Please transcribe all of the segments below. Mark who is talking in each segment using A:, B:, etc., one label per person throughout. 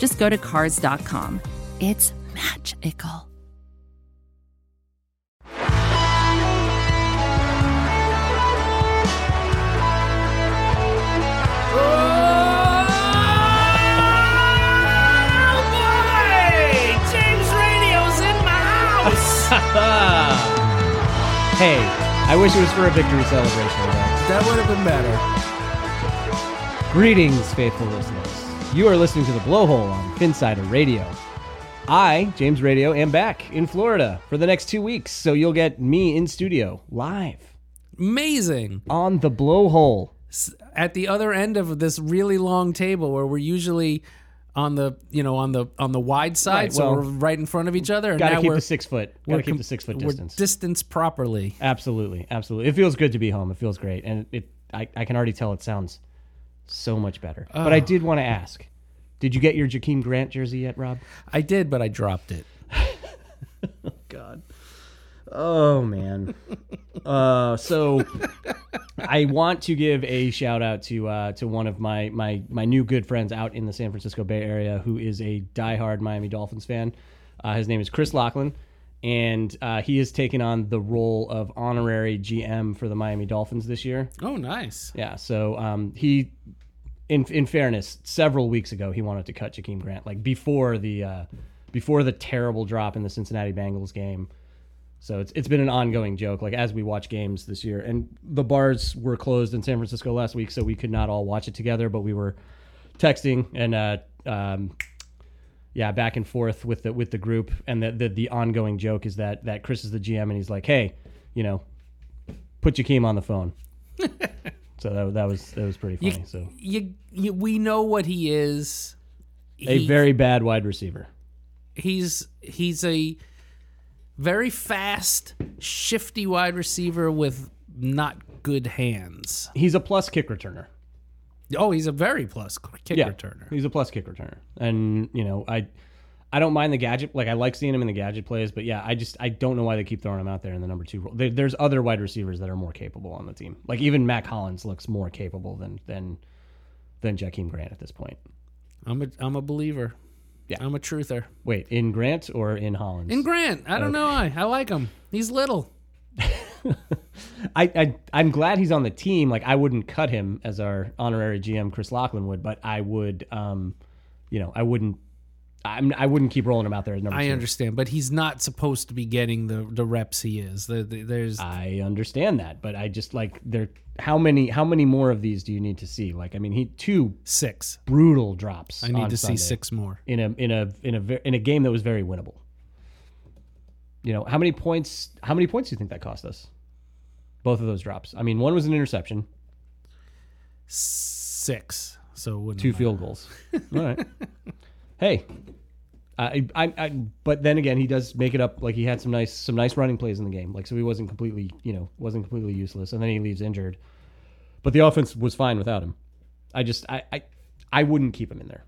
A: just go to Cars.com. It's magical.
B: Hey, Oh, James Radio's in my house.
C: Hey, I wish it was for a victory celebration. Though.
D: That would have been better.
C: Greetings, faithful listeners. You are listening to The Blowhole on Finsider Radio. I, James Radio, am back in Florida for the next two weeks, so you'll get me in studio live
B: Amazing.
C: on The Blowhole.
B: At the other end of this really long table where we're usually on the you know on the on the wide side,
C: Right,
B: so
C: well,
B: we're right in front of each other. And
C: Gotta
B: now
C: keep
B: we're,
C: the six foot.
B: we're
C: Gotta keep
B: com-
C: the six foot
B: we're
C: distance.
B: distanced properly.
C: absolutely, absolutely. It feels good to be home. It feels great, and it. I, I can already tell it sounds so much better. But I did want to ask: Did you get your Jakeem Grant jersey yet, Rob?
B: I did, but I dropped it.
C: God. Oh man. uh, so I want to give a shout out to uh, to one of my my my new good friends out in the San Francisco Bay Area who is a diehard Miami Dolphins fan. Uh, his name is Chris Lachlan, and uh, he has taken on the role of honorary GM for the Miami Dolphins this year.
B: Oh, nice.
C: Yeah. So um, he, in in fairness, several weeks ago he wanted to cut Jakeem Grant like before the uh, before the terrible drop in the Cincinnati Bengals game. So it's it's been an ongoing joke. Like as we watch games this year, and the bars were closed in San Francisco last week, so we could not all watch it together. But we were texting and uh, um, yeah, back and forth with the with the group. And the, the the ongoing joke is that that Chris is the GM, and he's like, hey, you know, put Jakeem on the phone. So that, that was that was pretty funny. so
B: You, you we know what he is.
C: a
B: He-
C: very bad wide receiver.
B: he's he's a very fast, shifty wide receiver with not good hands.
C: He's a plus kick returner.
B: Oh, he's a very plus kick
C: Yeah,
B: returner.
C: He's a plus kick returner, and you know I I don't mind the gadget. Like I like seeing him in the gadget plays, but yeah, I just I don't know why they keep throwing him out there in the number two role. There, there's other wide receivers that are more capable on the team. Like even Mac Hollins looks more capable than than than Jakeem Grant at this point.
B: I'm a I'm a believer.
C: Yeah.
B: I'm a truther. Uh,
C: Wait, in Grant or in Hollins?
B: And Grant, I don't know I I like him. He's little.
C: I, I I'm glad he's on the team. Like I wouldn't cut him as our honorary GM, Chris Lachlan would, but I would, um, you know, I wouldn't, I'm I wouldn't keep rolling him out there as number
B: I
C: two.
B: understand, but he's not supposed to be getting the the reps he is. The, the, there's
C: I understand that, but I just like there. How many how many more of these do you need to see? Like I mean, he two
B: six.
C: brutal drops.
B: I need
C: on
B: to
C: Sunday
B: see six more.
C: in a in a in a ve- in a game that was very winnable. You know how many points? How many points do you think that cost us? Both of those drops. I mean, one was an interception.
B: Six. so it wouldn't
C: two
B: matter.
C: field goals. All right. Hey, I, I, I, but then again, he does make it up. Like he had some nice, some nice running plays in the game. Like so, he wasn't completely, you know, wasn't completely useless. And then he leaves injured, but the offense was fine without him. I just, I, I, I wouldn't keep him in there,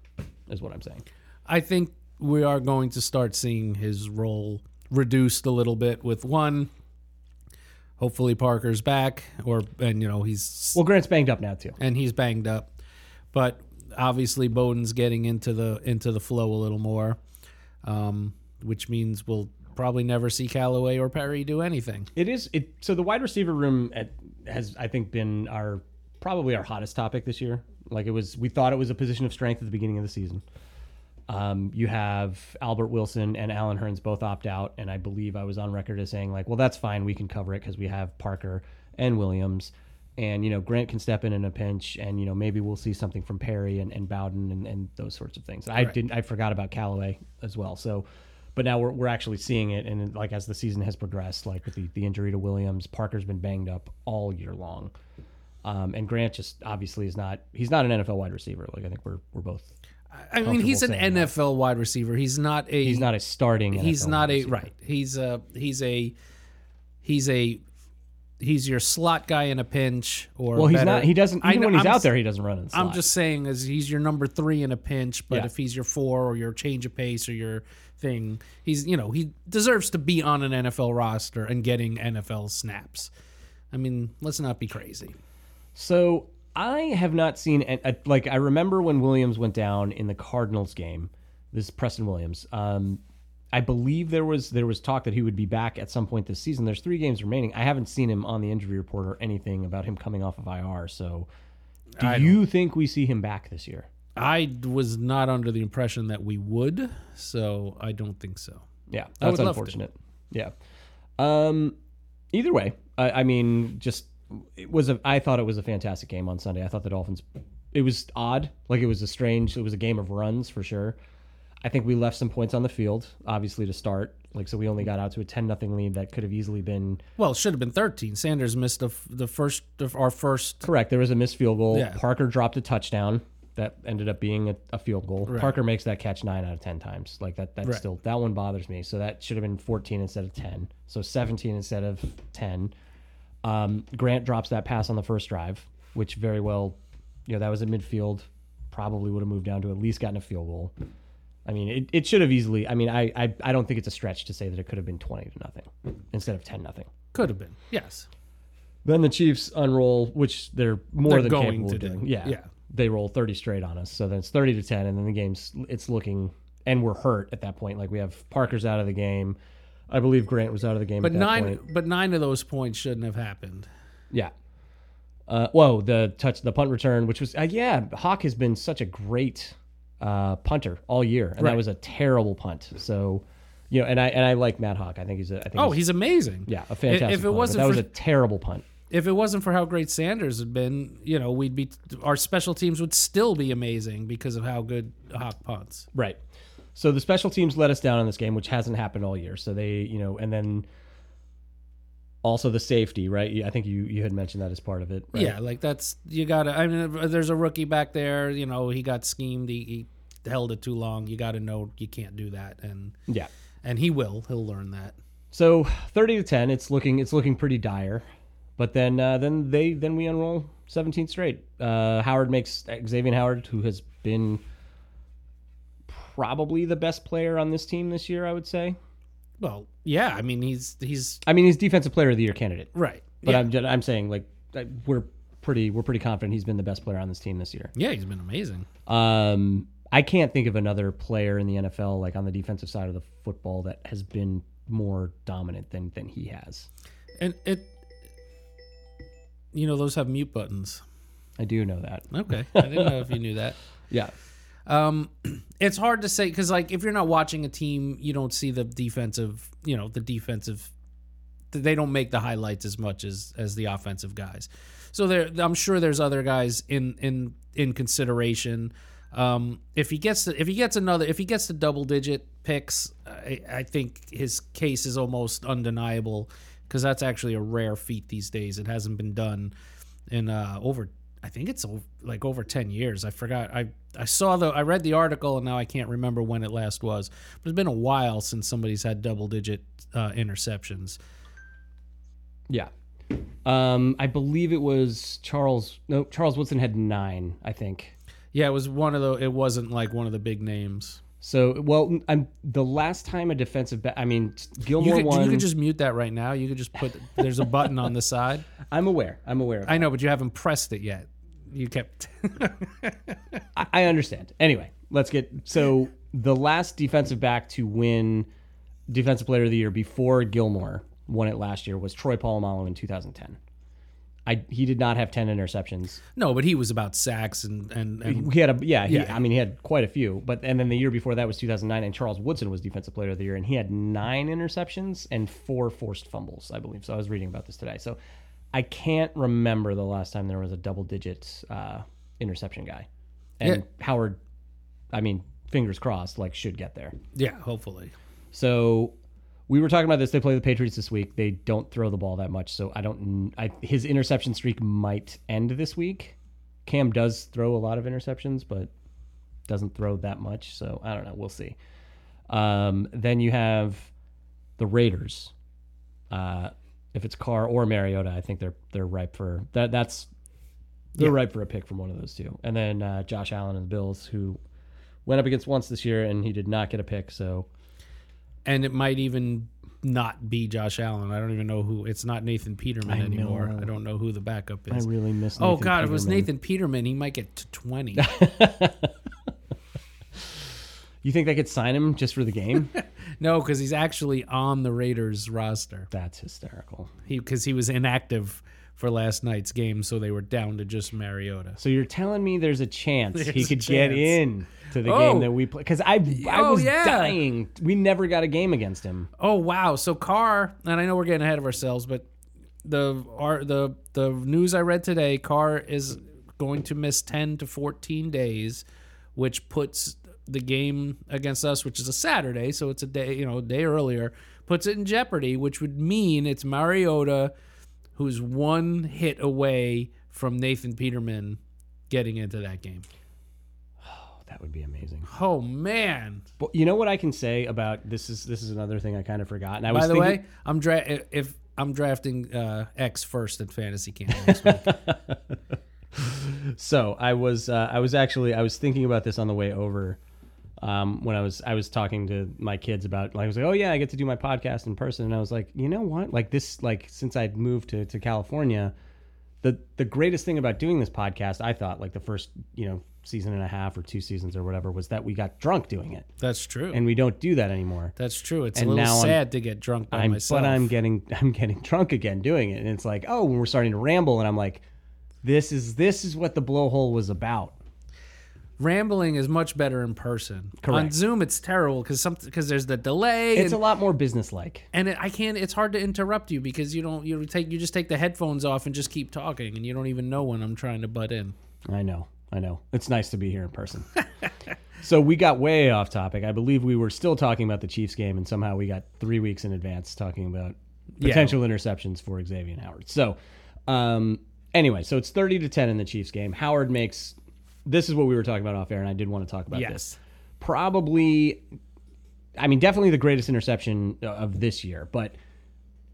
C: is what I'm saying.
B: I think we are going to start seeing his role reduced a little bit with one. Hopefully Parker's back, or and you know he's
C: Well, Grant's banged up now too.
B: and he's banged up, but obviously Bowden's getting into the into the flow a little more, um, which means we'll probably never see Callaway or Perry do anything.
C: It is it. So the wide receiver room at, has, I think, been our probably our hottest topic this year. Like it was, we thought it was a position of strength at the beginning of the season. Um, you have Albert Wilson and Alan Hearns both opt out, and I believe I was on record as saying like, well, that's fine, we can cover it because we have Parker and Williams, and you know Grant can step in in a pinch, and you know maybe we'll see something from Perry and, and Bowden and, and those sorts of things. I didn't, I forgot about Callaway as well. So, but now we're we're actually seeing it, and like as the season has progressed, like with the the injury to Williams, Parker's been banged up all year long. Um, and Grant just obviously is not he's not an NFL wide receiver. Like I think we're we're both
B: I mean, he's an
C: saying that.
B: NFL wide receiver. He's not a
C: he's not a starting
B: he's
C: NFL
B: not
C: wide
B: a
C: receiver.
B: right. He's a he's a he's a he's your slot guy in a pinch or
C: Well, he's
B: better-
C: not. He doesn't.
B: I
C: Even
B: know-
C: when he's
B: I'm
C: out
B: s-
C: there, he doesn't run. In the
B: I'm
C: slot.
B: just saying is he's your number three in a pinch, but
C: Yeah.
B: if he's your four or your change of pace or your thing, he's you know he deserves to be on an NFL roster and getting NFL snaps. I mean, let's not be crazy.
C: So I have not seen an- a, like I remember when Williams went down in the Cardinals game. This is Preston Williams. Um, I believe there was there was talk that he would be back at some point this season. There's three games remaining. I haven't seen him on the injury report or anything about him coming off of IR. So, do you think we see him back this year?
B: I was not under the impression that we would, so I don't think so.
C: Yeah,
B: I would
C: that's
B: love to.
C: unfortunate. Yeah. Um. Either way, I, I mean, just it was a. I thought it was a fantastic game on Sunday. I thought the Dolphins. It was odd. Like it was a strange. It was a game of runs for sure. I think we left some points on the field, obviously to start. Like so, we only got out to a ten nothing lead that could have easily been
B: Well, it should have been 13. Sanders missed the, f- the first of our first
C: correct. There was a missed field goal.
B: Yeah.
C: Parker dropped a touchdown that ended up being a, a field goal. Parker makes that catch nine out of ten times. Like that. That still that one bothers me. So that should have been fourteen instead of ten. So seventeen instead of ten. Um, Grant drops that pass on the first drive, which very well, you know, that was in midfield. Probably would have moved down to at least gotten a field goal. I mean, it, it should have easily. I mean, I, I I don't think it's a stretch to say that it could have been twenty to nothing instead of ten nothing.
B: could have been. Yes.
C: Then the Chiefs unroll, which they're more
B: They're
C: than
B: going
C: capable
B: to
C: of
B: do.
C: doing. Yeah,
B: Yeah.
C: they roll thirty straight on us, so then it's thirty to ten, and then the game's it's looking, and we're hurt at that point. Like we have Parker's out of the game, I believe Grant was out of the game. at
B: But
C: that
B: nine
C: point.
B: but nine of those points shouldn't have happened.
C: yeah. Uh, whoa, the touch, the punt return, which was uh, yeah, Hawk has been such a great uh, punter all year, and that was a terrible punt. So, you know, and I and I like Matt Hawk. I think he's a, I think
B: Oh,
C: he's,
B: he's amazing.
C: yeah, a fantastic.
B: If it
C: punter, but
B: wasn't
C: that was
B: for-
C: a terrible punt.
B: If it wasn't for how great Sanders had been, you know, we'd be our special teams would still be amazing because of how good Hawk punts.
C: Right. So the special teams let us down in this game, which hasn't happened all year. So they, you know, and then also the safety, right? I think you you had mentioned that as part of it. Right?
B: Yeah, like that's you got to I mean uh, there's a rookie back there, you know, he got schemed, he, he held it too long. You got to know you can't do that and
C: Yeah.
B: and he will. He'll learn that.
C: So thirty to ten, it's looking it's looking pretty dire. But then uh, then they then we unroll seventeen straight. Uh, Howard makes Xavier Howard, who has been probably the best player on this team this year, I would say.
B: Well, yeah, I mean he's he's
C: I mean, he's defensive player of the year candidate.
B: right.
C: But
B: yeah.
C: I'm just, I'm saying like I- we're pretty we're pretty confident he's been the best player on this team this year.
B: yeah, he's been amazing.
C: Um, I can't think of another player in the NFL, like on the defensive side of the football, that has been more dominant than than he has.
B: And it you know those have mute buttons.
C: I do know that.
B: Okay. I didn't know if you knew that.
C: Yeah,
B: Um, it's hard to say because like if you're not watching a team, you don't see the defensive. You know the defensive. They don't make the highlights as much as as the offensive guys. So there, I'm sure there's other guys in in in consideration. Um, if he gets to, if he gets another if he gets to double digit picks, I, I think his case is almost undeniable because that's actually a rare feat these days. It hasn't been done in uh, over I think it's o- like over 10 years. I forgot. I, I saw the, I read the article and now I can't remember when it last was, but it's been a while since somebody's had double digit uh, interceptions.
C: Yeah. Um, I believe it was Charles. No, Charles Woodson had nine, I think.
B: Yeah, it was one of the, it wasn't like one of the big names.
C: So, well, I'm, the last time a defensive back, I mean,
B: You
C: Gilmore
B: could,
C: won.
B: you could just mute that right now. You could just put, there's a button on the side.
C: I'm aware. I'm aware. Of
B: I know, but you haven't pressed it yet. You kept,
C: I, I understand. Anyway, let's get so the last defensive back to win defensive player of the year before Gilmore won it last year was Troy Polamalu in 2010. I he did not have 10 interceptions.
B: no, but he was about sacks and, and, and
C: He had a yeah, he,
B: Yeah.
C: I mean he had quite a few, but and then the year before that was 2009 and Charles Woodson was defensive player of the year and he had 9 interceptions and 4 forced fumbles, I believe. So I was reading about this today. So I can't remember the last time there was a double digit uh, interception guy. And Howard I mean, fingers crossed like should get there.
B: yeah, hopefully.
C: So we were talking about this. They play the Patriots this week. They don't throw the ball that much, so I don't. I, his interception streak might end this week. Cam does throw a lot of interceptions, but doesn't throw that much. So I don't know. We'll see. Um, then you have the Raiders. Uh, if it's Carr or Mariota, I think they're they're ripe for that. That's they're ripe for a pick from one of those two. And then uh, Josh Allen and the Bills, who went up against once this year, and he did not get a pick. So
B: and it might even not be Josh Allen. I don't even know who. It's not Nathan Peterman
C: I
B: anymore.
C: know.
B: I don't know who the backup
C: I
B: is.
C: really miss.
B: oh
C: Nathan
B: God, if it was
C: Peterman.
B: Nathan Peterman, he might get to twenty.
C: You think they could sign him just for the game?
B: no, because he's actually on the Raiders roster.
C: That's hysterical.
B: He because he was inactive for last night's game, so they were down to just Mariota.
C: So you're telling me there's a chance he
B: There's a
C: could get
B: chance.
C: in to the
B: Oh.
C: game that we play? Because I I
B: Oh,
C: was
B: yeah.
C: dying. We never got a game against him.
B: Oh wow! So Carr, and I know we're getting ahead of ourselves, but the our, the the news I read today, Carr is going to miss ten to fourteen days, which puts the game against us, which is a Saturday, so it's a day you know a day earlier, puts it in jeopardy, which would mean it's Mariota who's one hit away from Nathan Peterman getting into that game.
C: Oh, that would be amazing.
B: Oh man!
C: But you know what I can say about this is this is another thing I kind of forgot. And I was
B: By the
C: thinking,
B: way, I'm dra- if I'm drafting uh, X first in fantasy camp next week.
C: so I was uh, I was actually I was thinking about this on the way over um, when I was I was talking to my kids about like I was like oh yeah I get to do my podcast in person and I was like you know what like this like since I'd moved to to California the the greatest thing about doing this podcast I thought like the first you know season and a half or two seasons or whatever was that we got drunk doing it
B: That's true.
C: and we don't do that anymore
B: That's true. It's
C: And
B: a
C: now
B: little
C: I'm-
B: sad to get drunk by
C: I'm,
B: myself.
C: But I'm getting I'm getting drunk again doing it, and it's like, oh, when we're starting to ramble, and I'm like, this is this is what the blowhole was about.
B: rambling is much better in person. On
C: Correct.
B: Zoom, it's terrible because some because there's the delay.
C: It's a
B: and,
C: lot more businesslike.
B: and it, I can't. It's hard to interrupt you because you don't. You take. You just take the headphones off and just keep talking, and you don't even know when I'm trying to butt in.
C: I know, I know. It's nice to be here in person. so we got way off topic. I believe we were still talking about the Chiefs game, and somehow we got three weeks in advance talking about potential interceptions for Xavier Howard. So, um, anyway, so it's thirty to ten in the Chiefs game. Howard makes. This is what we were talking about off air, and I did want to talk about this.
B: Yes.
C: probably I mean definitely the greatest interception uh, of this year, but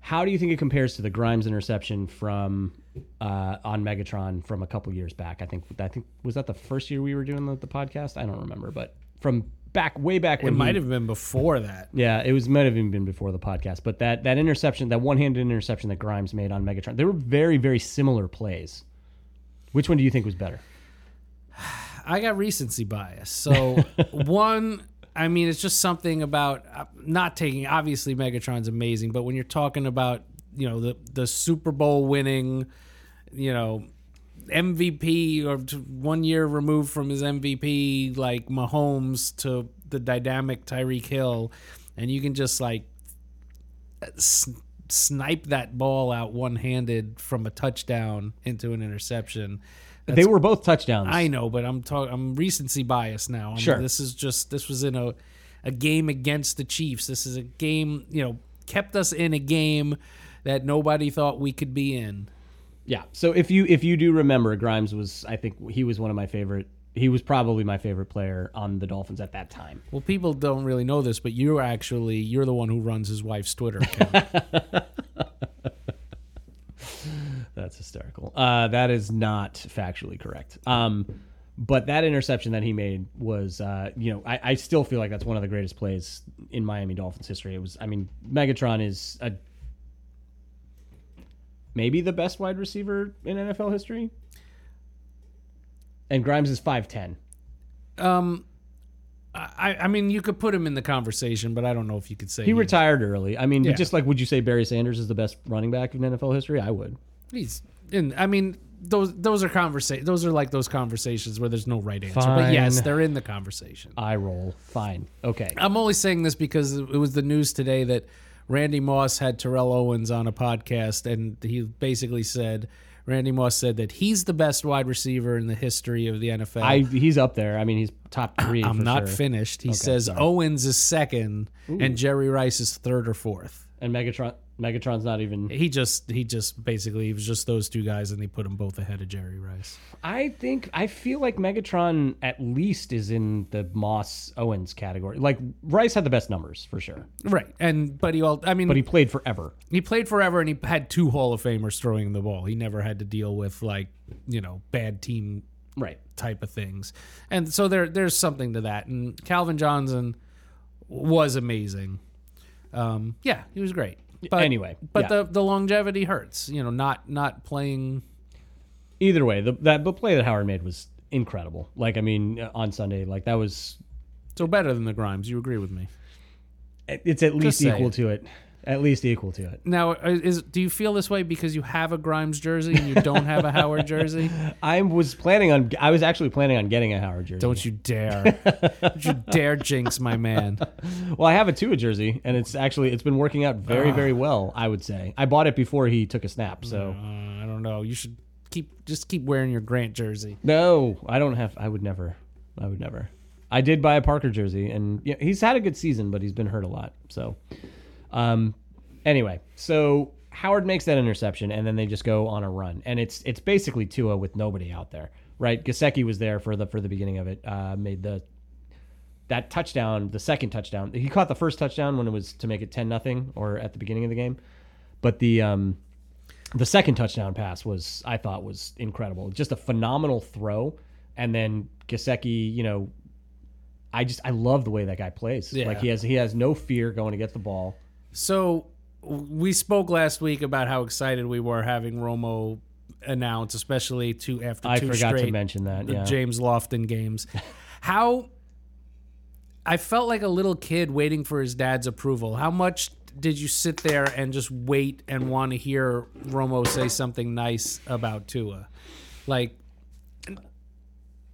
C: how do you think it compares to the Grimes interception from uh, on Megatron from a couple years back? I think I think was that the first year we were doing the, the podcast? I don't remember, but from back way back
B: It
C: when he-
B: might have been before that.
C: yeah, it was might have even been before the podcast, but that that interception, that one-handed interception that Grimes made on Megatron, they were very very similar plays. Which one do you think was better?
B: I got recency bias. So one, I mean, it's just something about uh, not taking. Obviously, Megatron's amazing, but when you're talking about you know the the Super Bowl winning, you know. MVP or t- one year removed from his MVP, like Mahomes to the dynamic Tyreek Hill, and you can just like s- snipe that ball out one handed from a touchdown into an interception.
C: they were both touchdowns.
B: I know, but I'm talking. I'm recency bias now. i
C: Sure.
B: This is just. This was in a, a game against the Chiefs. This is a game. You know, kept us in a game that nobody thought we could be in.
C: Yeah. So if you if you do remember, Grimes was I think he was one of my favorite. He was probably my favorite player on the Dolphins at that time.
B: Well, people don't really know this, but you're actually you're the one who runs his wife's Twitter account.
C: That's hysterical. Uh, that is not factually correct. Um, but that interception that he made was, uh, you know, I, I still feel like that's one of the greatest plays in Miami Dolphins history. It was, I mean, Megatron is a maybe the best wide receiver in NFL history, and Grimes is five ten.
B: um, I I mean you could put him in the conversation, but I don't know if you could say
C: He retired early. I mean,
B: Yeah.
C: just like would you say Barry Sanders is the best running back in NFL history? I would.
B: he's in. I mean those those are conversa- those are like those conversations where there's no right answer. But yes,
C: Fine.
B: they're in the conversation.
C: I roll. Fine. Okay.
B: I'm only saying this because it was the news today that Randy Moss had Terrell Owens on a podcast, and he basically said Randy Moss said that he's the best wide receiver in the history of the NFL.
C: I he's up there. I mean, he's top three.
B: I'm
C: for
B: not
C: sure.
B: finished. He says Owens is second, and Jerry Rice is third or fourth.
C: and Megatron. Megatron's not even.
B: He just he just basically it was just those two guys, and they put them both ahead of Jerry Rice.
C: I think I feel like Megatron at least is in the Moss Owens category. Like Rice had the best numbers for sure,
B: Right, and but he all I mean
C: but he played forever.
B: he played forever and he had two Hall of Famers throwing the ball. He never had to deal with like you know bad team
C: Right.
B: type of things, and so there there's something to that. And Calvin Johnson was amazing. Um, yeah, he was great. But
C: anyway,
B: but
C: yeah.
B: the the longevity hurts. You know, not not playing
C: Either way, the that the play that Howard made was incredible. Like I mean, uh, on Sunday, like that was.
B: so better than the Grimes. You agree with me?
C: It's at least
B: say
C: equal
B: it.
C: to it. At least equal to it.
B: Now, is do you feel this way because you have a Grimes jersey and you don't have a Howard jersey?
C: I was planning on. I was actually planning on getting a Howard jersey.
B: Don't you dare! Don't you dare jinx my man. Uh,
C: Well, I have a Tua jersey, and it's actually it's been working out very, very well. I would say I bought it before he took a snap. So
B: Uh, I don't know. You should keep just keep wearing your Grant jersey.
C: no, I don't have. I would never. I would never. I did buy a Parker jersey, and yeah, he's had a good season, but he's been hurt a lot. So, um, anyway, so Howard makes that interception, and then they just go on a run, and it's it's basically Tua with nobody out there, right? Gasecki was there for the for the beginning of it. Uh, made the that touchdown, the second touchdown. He caught the first touchdown when it was to make it 10 nothing or at the beginning of the game. But the um the second touchdown pass was I thought was incredible. Just a phenomenal throw and then Gasecki, you know, I just I love the way that guy plays.
B: Yeah.
C: Like he has he has no fear going to get the ball.
B: So w- we spoke last week about how excited we were having Romo announce, especially two after
C: I
B: two
C: forgot
B: straight
C: to mention that.
B: the
C: Yeah.
B: James Lofton games. How I felt like a little kid waiting for his dad's approval. How much did you sit there and just wait and want to hear Romo say something nice about Tua? Like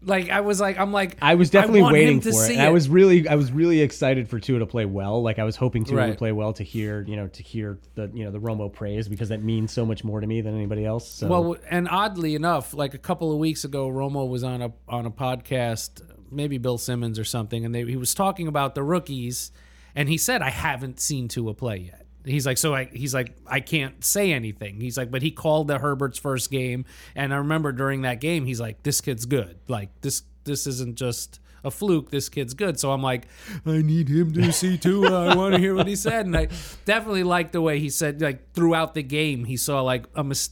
B: like I was like I'm like
C: I was definitely
B: want him
C: waiting
B: to
C: for it.
B: see
C: And I was really I was really excited for Tua to play well. Like I was hoping Tua
B: Right.
C: would play well to hear, you know, to hear the you know the Romo praise because that means so much more to me than anybody else. So
B: Well, and oddly enough, like a couple of weeks ago, Romo was on a on a podcast, maybe Bill Simmons or something, and they, he was talking about the rookies, and he said, "I haven't seen Tua play yet." He's like, so I, he's like, I can't say anything. He's like, but he called the Herbert's first game, and I remember during that game, he's like, this kid's good. Like this, this isn't just a fluke. This kid's good. So I'm like, I need him to see Tua. I want to hear what he said, and I definitely liked the way he said. Like throughout the game, he saw like a mis-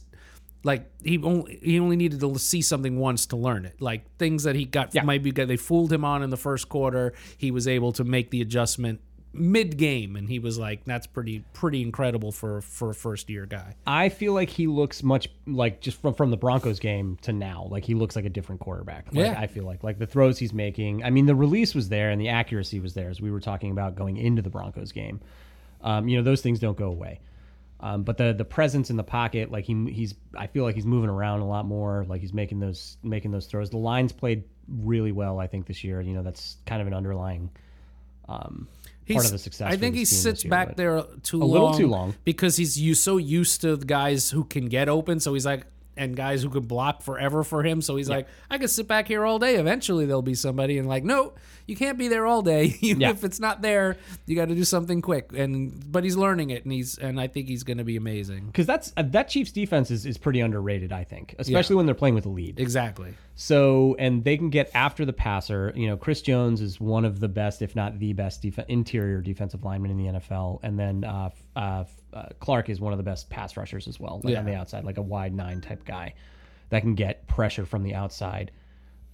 B: like he only he only needed to see something once to learn it. Like things that he got maybe got- they fooled him on in the first quarter. He was able to make the adjustment mid game, and he was like, "That's pretty pretty incredible for for a first year guy."
C: I feel like he looks much like just from from the Broncos game to now. Like he looks like a different quarterback. Like,
B: Yeah.
C: I feel like like the throws he's making. I mean, the release was there and the accuracy was there, as we were talking about going into the Broncos game. Um, you know, those things don't go away. Um, but the the presence in the pocket, like he he's, I feel like he's moving around a lot more. Like he's making those making those throws. The lines played really well, I think, this year. You know, that's kind of an underlying um, part of the success.
B: I
C: for
B: think
C: this team
B: he
C: this
B: sits
C: year,
B: back
C: but-
B: there too
C: A
B: long,
C: little too long.
B: because he's you so used to the guys who can get open. So he's like, and guys who could block forever for him. So he's like, I could sit back here all day. Eventually there'll be somebody and like, no, you can't be there all day. Even
C: Yeah.
B: if it's not there, you got to do something quick. And but he's learning it, and he's and I think he's going to be amazing.
C: because that's uh, that Chiefs defense is, is pretty underrated, I think, especially when they're playing with a lead.
B: Exactly.
C: So, and they can get after the passer. You know, Chris Jones is one of the best, if not the best, def- interior defensive lineman in the NFL. And then uh, f- uh, f- uh, Clark is one of the best pass rushers as well, like on the outside, like a wide nine type guy that can get pressure from the outside.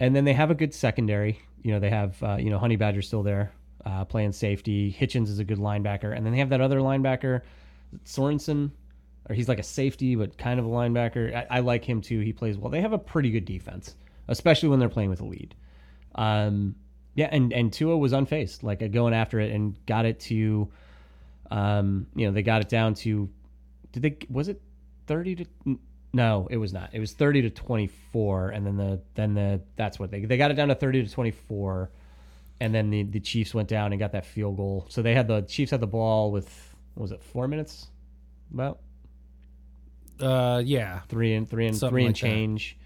C: And then they have a good secondary. You know, they have uh, you know Honey Badger still there uh, playing safety. Hitchens is a good linebacker, and then they have that other linebacker, Sorensen. Or he's like a safety, but kind of a linebacker. I, I like him too. He plays well. They have a pretty good defense, especially when they're playing with a lead. Um, yeah, and and Tua was unfazed, like uh, going after it and got it to, um, you know, they got it down to, did they? Was it thirty to? No, it was not. It was thirty to twenty four, and then the then the that's what they they got it down to thirty to twenty four, and then the the Chiefs went down and got that field goal. So they had the Chiefs had the ball with what was it four minutes, about
B: Uh, yeah.
C: three and three and
B: Something
C: three and
B: like that.
C: change,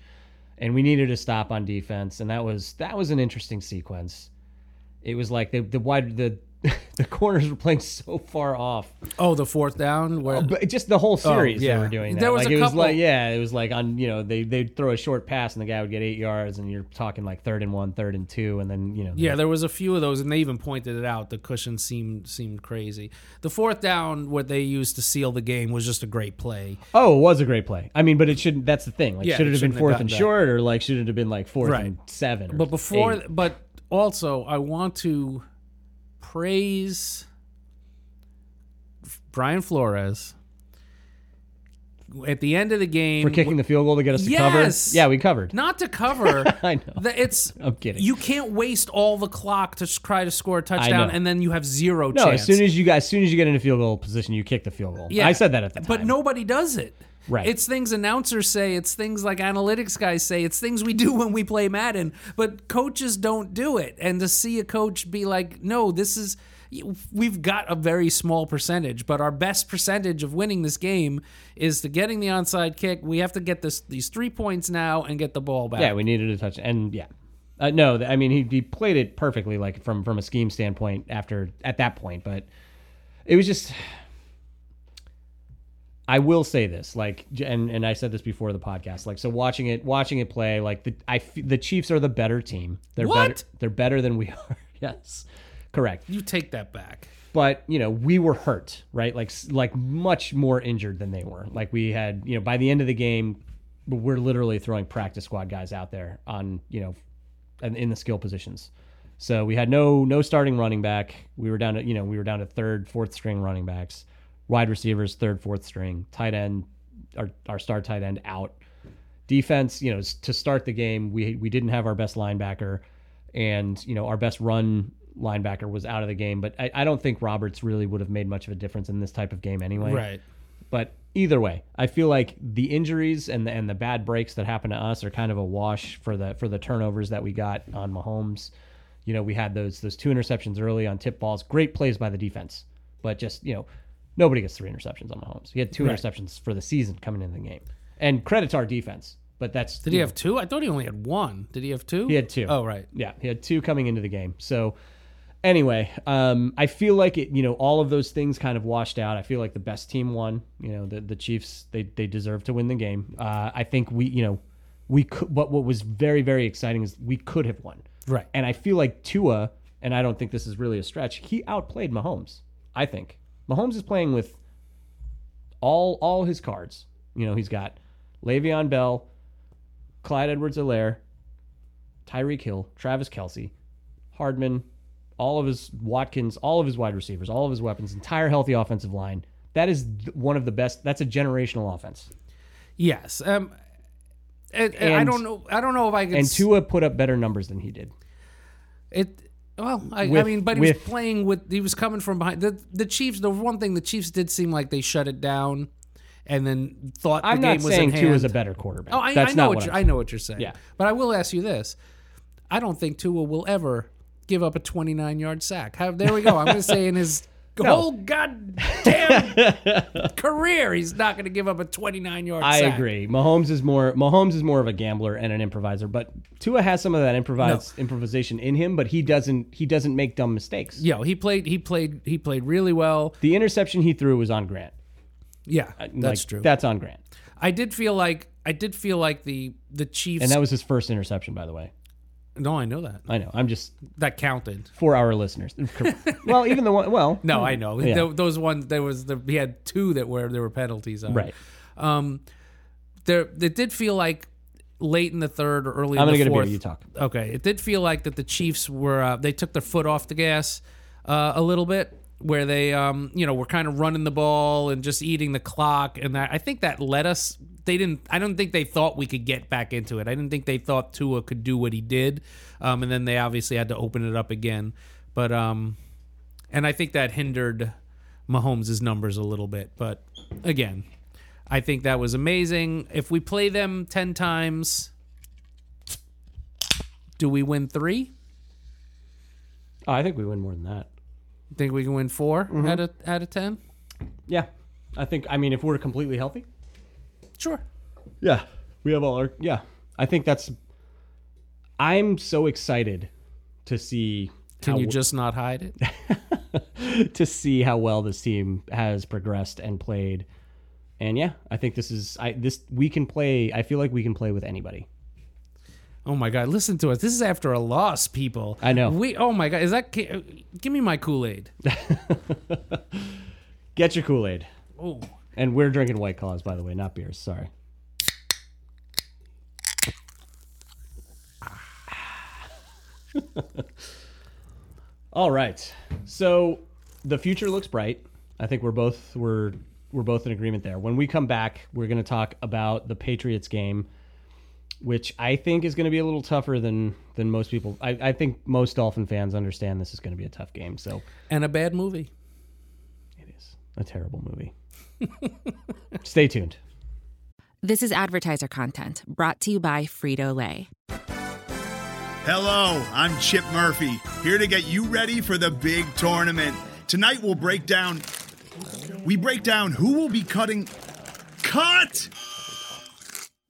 C: and we needed a stop on defense, and that was that was an interesting sequence. It was like the the wide the the corners were playing so far off,
B: Oh, the fourth down. Where,
C: Oh, but just the whole series
B: Oh, yeah.
C: they were doing. That.
B: There was
C: like,
B: a
C: it
B: couple-
C: was like yeah, it was like on you know they they'd throw a short pass and the guy would get eight yards, and you're talking like third and one, third and two, and then you know
B: Yeah, there was a few of those, and they even pointed it out. The cushion seemed seemed crazy. The fourth down, what they used to seal the game, was just a great play.
C: Oh, it was a great play. I mean, but it shouldn't. That's the thing. Like,
B: Yeah,
C: should
B: it
C: it have been
B: shouldn't have
C: fourth
B: gotten
C: and
B: that.
C: short, or like should it have been like fourth
B: Right.
C: and seven? Or
B: But before,
C: eight?
B: but also, I want to praise Brian Flores at the end of the game
C: for kicking the field goal to get us to
B: Yes!
C: cover, yeah, we covered.
B: Not to cover.
C: I know.
B: The- It's
C: I'm kidding.
B: You can't waste all the clock to s- try to score a touchdown,
C: know.
B: and then you have zero
C: No,
B: chance.
C: as soon as you guys, as soon as you get into field goal position, you kick the field goal. I said that at the time.
B: But nobody does it.
C: Right.
B: It's things announcers say, it's things like analytics guys say, it's things we do when we play Madden, but coaches don't do it. And to see a coach be like, "No, this is we've got a very small percentage, but our best percentage of winning this game is to getting the onside kick. We have to get this these 3 points now and get the ball back."
C: yeah, we needed a touch, and yeah, uh, no, th- I mean he, he played it perfectly, like from from a scheme standpoint. After at that point, but it was just. I will say this, like, j- and and I said this before the podcast, like, so watching it, watching it play, like the I f- the Chiefs are the better team. They're
B: What?
C: better. They're better than we are. yes, correct.
B: You take that back.
C: but you know we were hurt right like like much more injured than they were like we had you know by the end of the game we're literally throwing practice squad guys out there on you know and in the skill positions so we had no no starting running back we were down to you know we were down to third fourth string running backs wide receivers third fourth string tight end our, our star tight end out defense, you know, s- to start the game, we we didn't have our best linebacker, and you know our best run linebacker was out of the game. But I, I don't think Roberts really would have made much of a difference in this type of game anyway.
B: Right.
C: But either way, I feel like the injuries and the, and the bad breaks that happened to us are kind of a wash for the for the turnovers that we got on Mahomes. You know, we had those those two interceptions early on tip balls. Great plays by the defense, but just you know, nobody gets three interceptions on Mahomes. He had two interceptions for the season coming into the game, and credit to our defense. But that's
B: Did he have two? I thought he only had one. Did he have two?
C: He had two.
B: Oh, right.
C: Yeah, he had two coming into the game. So anyway, um, I feel like it. You know, all of those things kind of washed out. I feel like the best team won. You know, the the Chiefs they they deserve to win the game. Uh, I think we you know we could. What what was very very exciting is we could have won.
B: Right.
C: And I feel like Tua, and I don't think this is really a stretch. He outplayed Mahomes. I think Mahomes is playing with all all his cards. You know, he's got Le'Veon Bell, Clyde edwards helaire Tyreek Hill, Travis Kelsey, Hardman, all of his Watkins, all of his wide receivers, all of his weapons, entire healthy offensive line. That is th- one of the best. That's a generational offense.
B: Yes. Um and, and I
C: And-
B: don't know. I don't know if I can.
C: And
B: s-
C: Tua put up better numbers than he did.
B: It well, I, I
C: With-
B: mean, but he was
C: with-
B: playing with he was coming from behind the the Chiefs. The one thing the Chiefs did seem like they shut it down, and then thought
C: I'm
B: the game
C: not
B: was
C: saying
B: in hand.
C: Tua's a better quarterback.
B: Oh, I,
C: that's
B: I know
C: not
B: what,
C: what
B: you're,
C: I'm
B: I know what you're saying.
C: Yeah.
B: But I will ask you this: I don't think Tua will ever give up a 29 yard sack. How, there we go. I'm going to say in his whole goddamn career, he's not going to give up a 29 yard
C: I
B: sack.
C: agree. Mahomes is more Mahomes is more of a gambler and an improviser, but Tua has some of that improvise improvisation in him, but he doesn't he doesn't make dumb mistakes.
B: Yo, he played. He played. He played really well.
C: The interception he threw was on Grant.
B: Yeah, that's
C: Uh, Like,
B: true.
C: That's on Grant.
B: I did feel like I did feel like the the Chiefs.
C: And that was his first interception, by the way.
B: no, I know that
C: I know. I'm just
B: that counted.
C: for our listeners. well, even the one well
B: No, I know
C: Hmm. Yeah.
B: Th- those ones. There was the, he had two that were there were penalties on.
C: Right.
B: Um, there it did feel like late in the third or early.
C: I'm
B: in
C: gonna
B: the
C: get a beer,
B: fourth,
C: you talk.
B: Okay, it did feel like that the Chiefs were uh, they took their foot off the gas uh, a little bit, where they um you know were kind of running the ball and just eating the clock, and that, I think that led us. They didn't. I don't think they thought we could get back into it. I didn't think they thought Tua could do what he did, um, and then they obviously had to open it up again. But um, and I think that hindered Mahomes' numbers a little bit. But again, I think that was amazing. If we play them 10 times, do we win three?
C: Oh, I think we win more than that.
B: Think we can win 4
C: Mm-hmm.
B: out of out of 10?
C: Yeah. I think I mean if we're completely healthy.
B: Sure.
C: Yeah. We have all our yeah. I think that's I'm so excited to see
B: Can
C: how
B: you just not hide it?
C: to see how well this team has progressed and played. And yeah, I think this is I this we can play. I feel like we can play with anybody.
B: Oh my God! Listen to us. This is after a loss, people.
C: I know.
B: We. Oh my God! Is that? Give me my Kool Aid.
C: Get your Kool Aid.
B: Oh,
C: And we're drinking White Claws, by the way, not beers. Sorry. All right. So the future looks bright. I think we're both we're we're both in agreement there. When we come back, we're going to talk about the Patriots game, which I think is going to be a little tougher than than most people. I, I think most Dolphin fans understand this is going to be a tough game. So
B: and a bad movie.
C: it is a terrible movie. Stay tuned.
A: This is advertiser content brought to you by Frito Lay.
D: Hello, I'm Chip Murphy, here to get you ready for the big tournament. Tonight we'll break down we break down who will be cutting cut.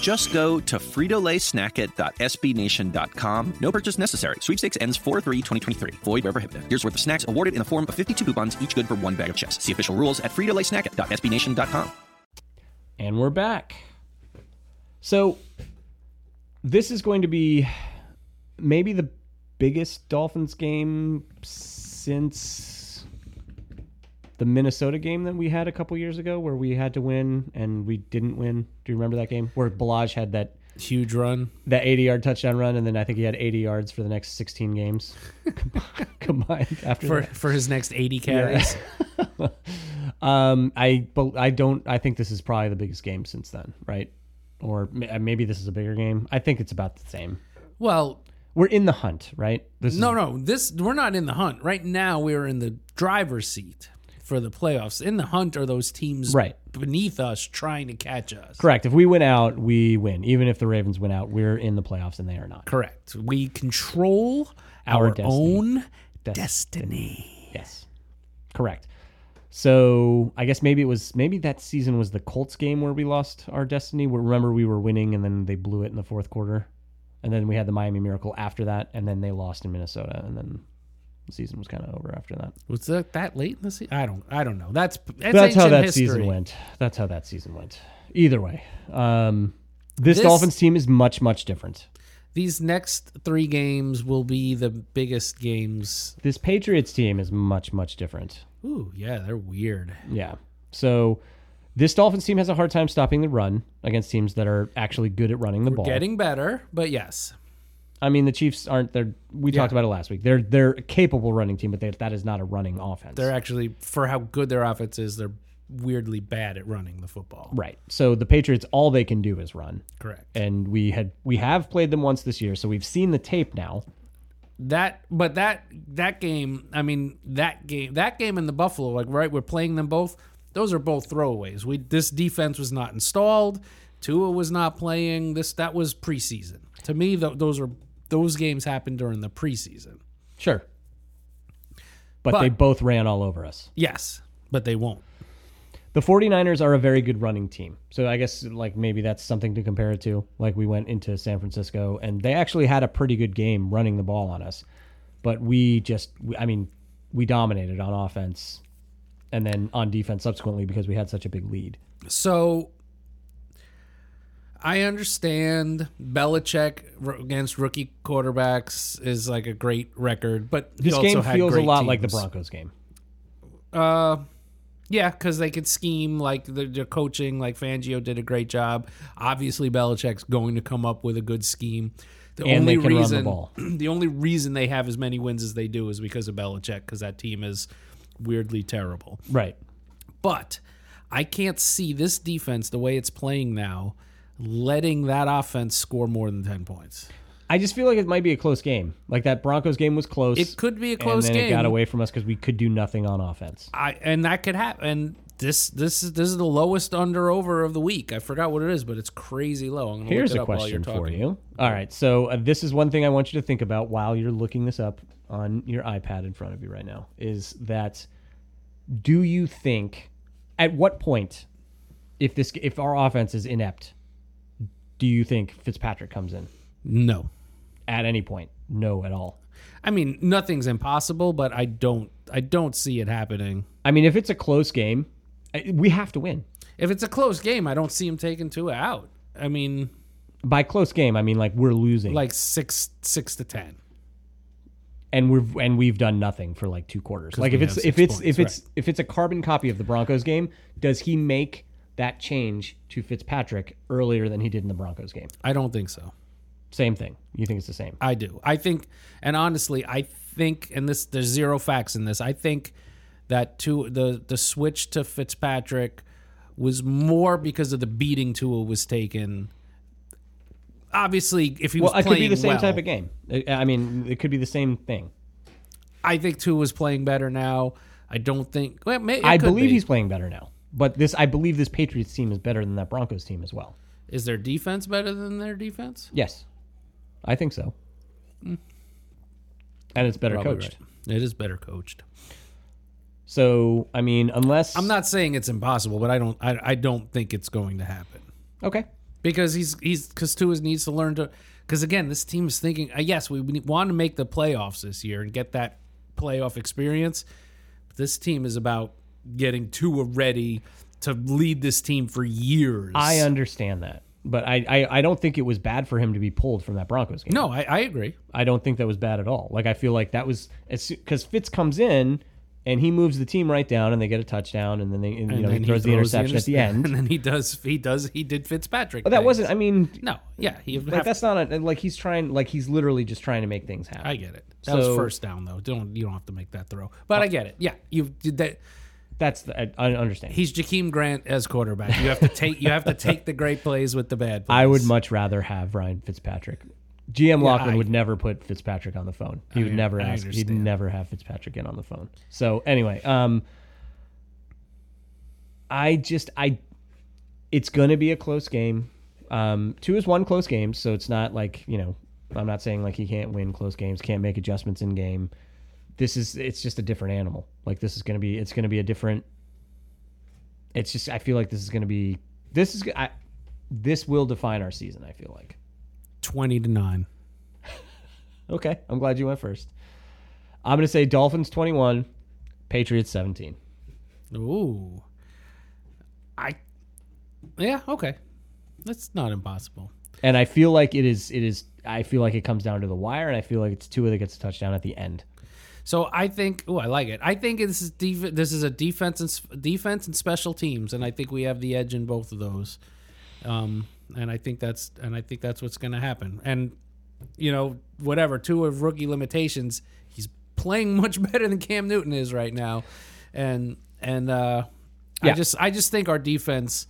E: Just go to fritolaysnackit.sbnation.com. No purchase necessary. Sweepstakes ends 4-3-2023. Void where prohibited. Here's worth of snacks awarded in the form of 52 coupons, each good for one bag of chips. See official rules at fritolaysnackit.sbnation.com.
C: And we're back. So this is going to be maybe the biggest Dolphins game since the Minnesota game that we had a couple years ago where we had to win and we didn't win. Do you remember that game? Where Balaj had that
B: Huge run.
C: that 80 yard touchdown run and then I think he had 80 yards for the next 16 games combined after
B: for
C: that.
B: for his next 80 carries.
C: um, I but I don't. I think this is probably the biggest game since then, right? Or ma- maybe this is a bigger game. I think it's about the same.
B: Well,
C: We're in the hunt, right? This
B: no,
C: is,
B: no, this we're not in the hunt right now. We are in the driver's seat for the playoffs. In the hunt are those teams
C: Right.
B: beneath us trying to catch us.
C: correct. If we win out, we win. Even if the Ravens win out, we're in the playoffs and they are not.
B: Correct. We control
C: Our
B: our,
C: destiny.
B: own
C: That's-
B: destiny.
C: Yes, correct. So I guess maybe it was maybe that season was the Colts game where we lost our destiny. Where remember we were winning and then they blew it in the fourth quarter, and then we had the Miami Miracle after that, and then they lost in Minnesota, and then the season was kind of over after that.
B: Was that that late in the season? I don't. I don't know. That's that's,
C: that's how
B: ancient
C: that
B: history.
C: season went. That's how that season went. Either way, um, this,
B: This-
C: Dolphins team is much much different.
B: These next three games will be the biggest games.
C: This Patriots team is much much different.
B: Ooh, yeah, they're weird.
C: Yeah. So This Dolphins team has a hard time stopping the run against teams that are actually good at running the
B: We're
C: ball.
B: getting better, but yes.
C: I mean, the Chiefs aren't. They're we talked about it last week. They're they're a capable running team, but they, that is not a running offense.
B: They're actually, for how good their offense is, they're weirdly bad at running the football.
C: right. So the Patriots, all they can do is run,
B: Correct.
C: and we had we have played them once this year, so we've seen the tape now.
B: That, but that that game, I mean that game, that game in the Buffalo, like right, we're playing them both. Those are both throwaways. We this defense was not installed. Tua was not playing. This that was preseason. To me, th- those are those games happened during the preseason.
C: Sure, but,
B: But-
C: they both ran all over us.
B: Yes, but they won't.
C: The 49ers are a very good running team. So I guess like maybe that's something to compare it to. Like we went into San Francisco and they actually had a pretty good game running the ball on us. But we just we- I mean, we dominated on offense and then on defense subsequently because we had such a big lead.
B: So I understand Belichick r- against rookie quarterbacks is like a great record, but he
C: This
B: also
C: game
B: had
C: feels a
B: great
C: lot like the
B: teams.
C: Broncos game.
B: Uh, yeah, because they could scheme like their, their coaching. Like Fangio did a great job. Obviously, Belichick's going to come up with a good scheme. The
C: And they can
B: only
C: run the
B: reason,
C: ball.
B: the only reason they have as many wins as they do is because of Belichick, because that team is weirdly terrible.
C: Right.
B: But I can't see this defense the way it's playing now letting that offense score more than 10 points.
C: I just feel like it might be a close game. Like that Broncos game was close.
B: It could be a close
C: and then
B: game.
C: it got away from us because we could do nothing on offense.
B: I and that could happen. And this this is this is the lowest under over of the week. I forgot what it is, but it's crazy low. I'm gonna
C: Here's
B: look it
C: a
B: up while you're
C: question for
B: talking.
C: you. All right, so uh, this is one thing I want you to think about while you're looking this up on your iPad in front of you right now is that do you think at what point if this if our offense is inept do you think Fitzpatrick comes in
B: No.
C: at any point? No at all.
B: I mean, nothing's impossible, but I don't I don't see it happening.
C: I mean, if it's a close game, I- we have to win.
B: If it's a close game, I don't see him taking two out. I mean,
C: By close game, I mean like we're losing
B: like six six to ten.
C: and we've and we've done nothing for like two quarters. Like
B: we
C: if it's
B: have
C: if
B: six
C: it's if
B: points,
C: it's if it's a carbon copy of the Broncos game, does he make that change to Fitzpatrick earlier than he did in the Broncos game?
B: I don't think so.
C: Same thing. You think it's the same?
B: I do. I think, and honestly, I think, and this there's zero facts in this. I think that to the the switch to Fitzpatrick was more because of the beating Tua was taken. Obviously, if he
C: Well,
B: was
C: it could
B: playing
C: be the same
B: well,
C: type of game. I- I mean, it could be the same thing.
B: I think Tua was playing better now. I don't think. Well, may, it
C: I
B: could
C: believe
B: be.
C: he's playing better now. But this, I believe, this Patriots team is better than that Broncos team as well.
B: Is their defense better than their defense?
C: Yes, I think so. And it's better
B: Mm. Probably
C: coached.
B: right. It is better coached.
C: So I mean, unless
B: I'm not saying it's impossible, but I don't. I, I don't think it's going to happen.
C: okay.
B: because he's he's because Tua needs to learn to because again this team is thinking uh, yes we, we want to make the playoffs this year and get that playoff experience. But this team is about getting Tua ready to lead this team for years.
C: I understand that, but I, I I don't think it was bad for him to be pulled from that Broncos game.
B: no I, I agree
C: I don't think that was bad at all. Like I feel like that was because Fitz comes in and he moves the team right down, and they get a touchdown, and then they and, you know
B: then
C: he throws, the interception at the
B: inter-
C: end.
B: and then he does he does he did Fitzpatrick
C: But that
B: things.
C: wasn't. I mean,
B: no yeah he
C: like that's not a, like he's trying. Like he's literally just trying to make things happen.
B: I get it that was
C: So- Uh,
B: first down though don't you don't have to make that throw but I get it yeah you did that
C: That's the, I, I understand.
B: He's Jakeem Grant as quarterback. You have to take you have to take the great plays with the bad plays.
C: I would much rather have Ryan Fitzpatrick. GM Lachlan
B: I-
C: would never put Fitzpatrick on the phone. He would never
B: I
C: ask. He'd
B: understand.
C: never have Fitzpatrick in on the phone. So anyway, um, I just I, it's gonna be a close game. Um, two is one close game, so it's not like you know. I'm not saying like he can't win close games, can't make adjustments in game. This is it's just a different animal. Like this is gonna be it's gonna be a different. It's just I feel like this is gonna be this is I, this will define our season. I feel like.
B: twenty to nine.
C: Okay, I'm glad you went first. I'm gonna say Dolphins 21, Patriots 17.
B: Ooh, I yeah okay. That's not impossible.
C: And I feel like it is it is I feel like it comes down to the wire, and I feel like it's Tua that gets a touchdown at the end.
B: So I think, oh, I like it. I think this is def- this is a defense and s- defense and special teams, and I think we have the edge in both of those. Um, and I think that's and I think that's what's going to happen. And you know, whatever two of rookie limitations, he's playing much better than Cam Newton is right now, and and uh, I
C: Yeah.
B: just I just think our defense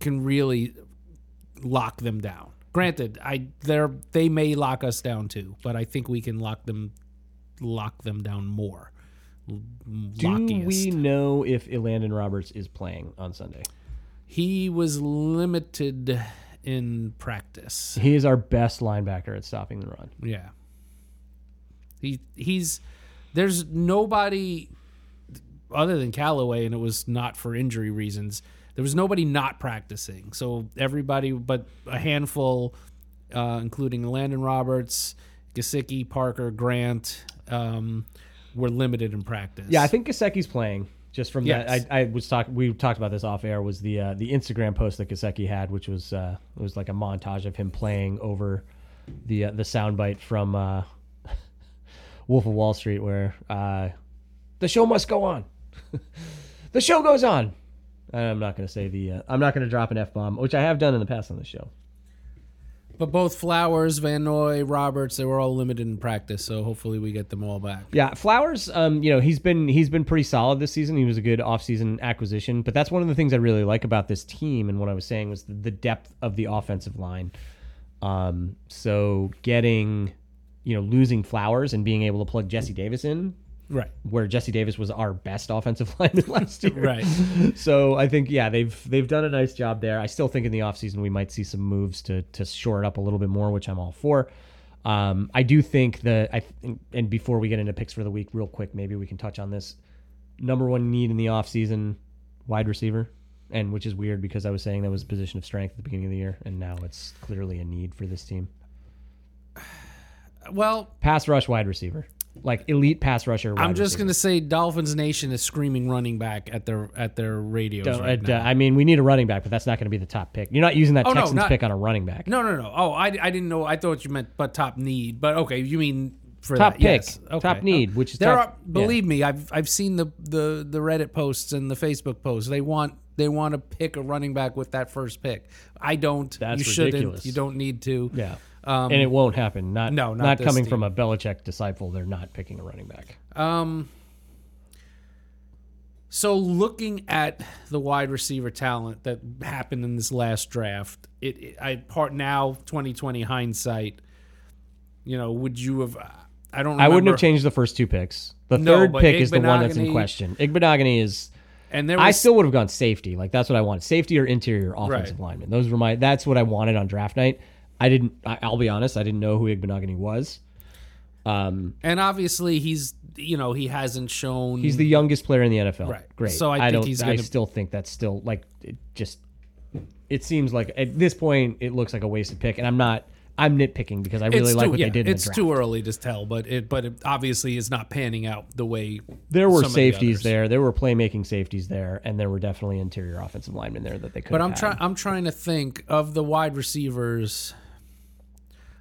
B: can really lock them down. Granted, I they're they may lock us down too, but I think we can lock them lock them down more. L-
C: Do
B: Lockiest.
C: we know if Elandon Roberts is playing on Sunday?
B: He was limited in practice.
C: He is our best linebacker at stopping the run.
B: Yeah. He he's there's nobody other than Callaway, and it was not for injury reasons. There was nobody not practicing, so everybody but a handful, uh, including Landon Roberts, Gasicki, Parker, Grant, um, were limited in practice.
C: Yeah, I think Gasecki's playing. Just from
B: Yes.
C: that, I, I was talk. We talked about this off air. Was the uh, the Instagram post that Gasecki had, which was uh, it was like a montage of him playing over the uh, the soundbite from uh, Wolf of Wall Street, where uh, the show must go on. the show goes on. And I'm not going to say the. Uh, I'm not going to drop an f bomb, which I have done in the past on the show.
B: But both Flowers, Van Noy, Roberts, they were all limited in practice, so hopefully we get them all back.
C: Yeah, Flowers. Um, you know, he's been he's been pretty solid this season. He was a good offseason acquisition, but that's one of the things I really like about this team. And what I was saying was the, the depth of the offensive line. Um, so getting, you know, losing Flowers and being able to plug Jesse Davis in,
B: Right.
C: where Jesse Davis was our best offensive lineman last year.
B: Right.
C: So I think yeah, they've they've done a nice job there. I still think in the offseason we might see some moves to to shore it up a little bit more, which I'm all for. Um, I do think that I think- and before we get into picks for the week, real quick, maybe we can touch on this number one need in the offseason, wide receiver, and which is weird because I was saying that was a position of strength at the beginning of the year, and now it's clearly a need for this team.
B: Well,
C: Pass rush wide receiver, like elite pass rusher.
B: I'm
C: wide
B: just
C: receiver.
B: gonna say Dolphins Nation is screaming running back at their at their radios
C: Don't-
B: right
C: uh,
B: now.
C: I mean, we need a running back, but that's not going to be the top pick. You're not using that
B: Oh, no,
C: Texans
B: not-
C: pick on a running back.
B: no, no, no. Oh, I, I didn't know. I thought you meant but top need. But okay, you mean for
C: Top
B: that.
C: pick.
B: Yes. Okay.
C: Top need, which is
B: there
C: top-
B: are. Believe me, I've I've seen the the the Reddit posts and the Facebook posts. They want they want to pick a running back with that first pick. I don't.
C: That's
B: you shouldn't.
C: ridiculous.
B: You don't need to.
C: Yeah.
B: Um,
C: and it won't happen. Not no,
B: no, not
C: not,
B: this
C: coming
B: team.
C: from a Belichick disciple. They're not picking a running back.
B: Um. So looking at the wide receiver talent that happened in this last draft, it, it- I part now 2020 hindsight. You know, would you have? I don't. Remember.
C: I wouldn't have changed the first two picks. The
B: No,
C: third
B: but
C: pick is the one that's in
B: Igbenogany-
C: question. Igbenogany is.
B: And there was,
C: I still would have gone safety. Like that's what I wanted. Safety or interior offensive
B: Right.
C: lineman. Those were my. That's what I wanted on draft night. I didn't. I, I'll be honest. I didn't know who Igbenogany was. Um,
B: and obviously he's you know he hasn't shown
C: he's the youngest player in the NFL.
B: Right.
C: Great.
B: So I
C: I,
B: think
C: don't.
B: he's
C: I
B: gonna-
C: still think that's still like it just. It seems like at this point it looks like a wasted pick, and I'm not. I'm nitpicking because I really
B: it's
C: like
B: too,
C: what
B: yeah,
C: they did. in
B: It's
C: the draft.
B: too early to tell, but it but it obviously is not panning out the way
C: There were
B: some of the
C: safeties
B: others.
C: there. There were playmaking safeties there, and there were definitely interior offensive linemen there that they could.
B: But I'm trying. I'm trying to think of the wide receivers.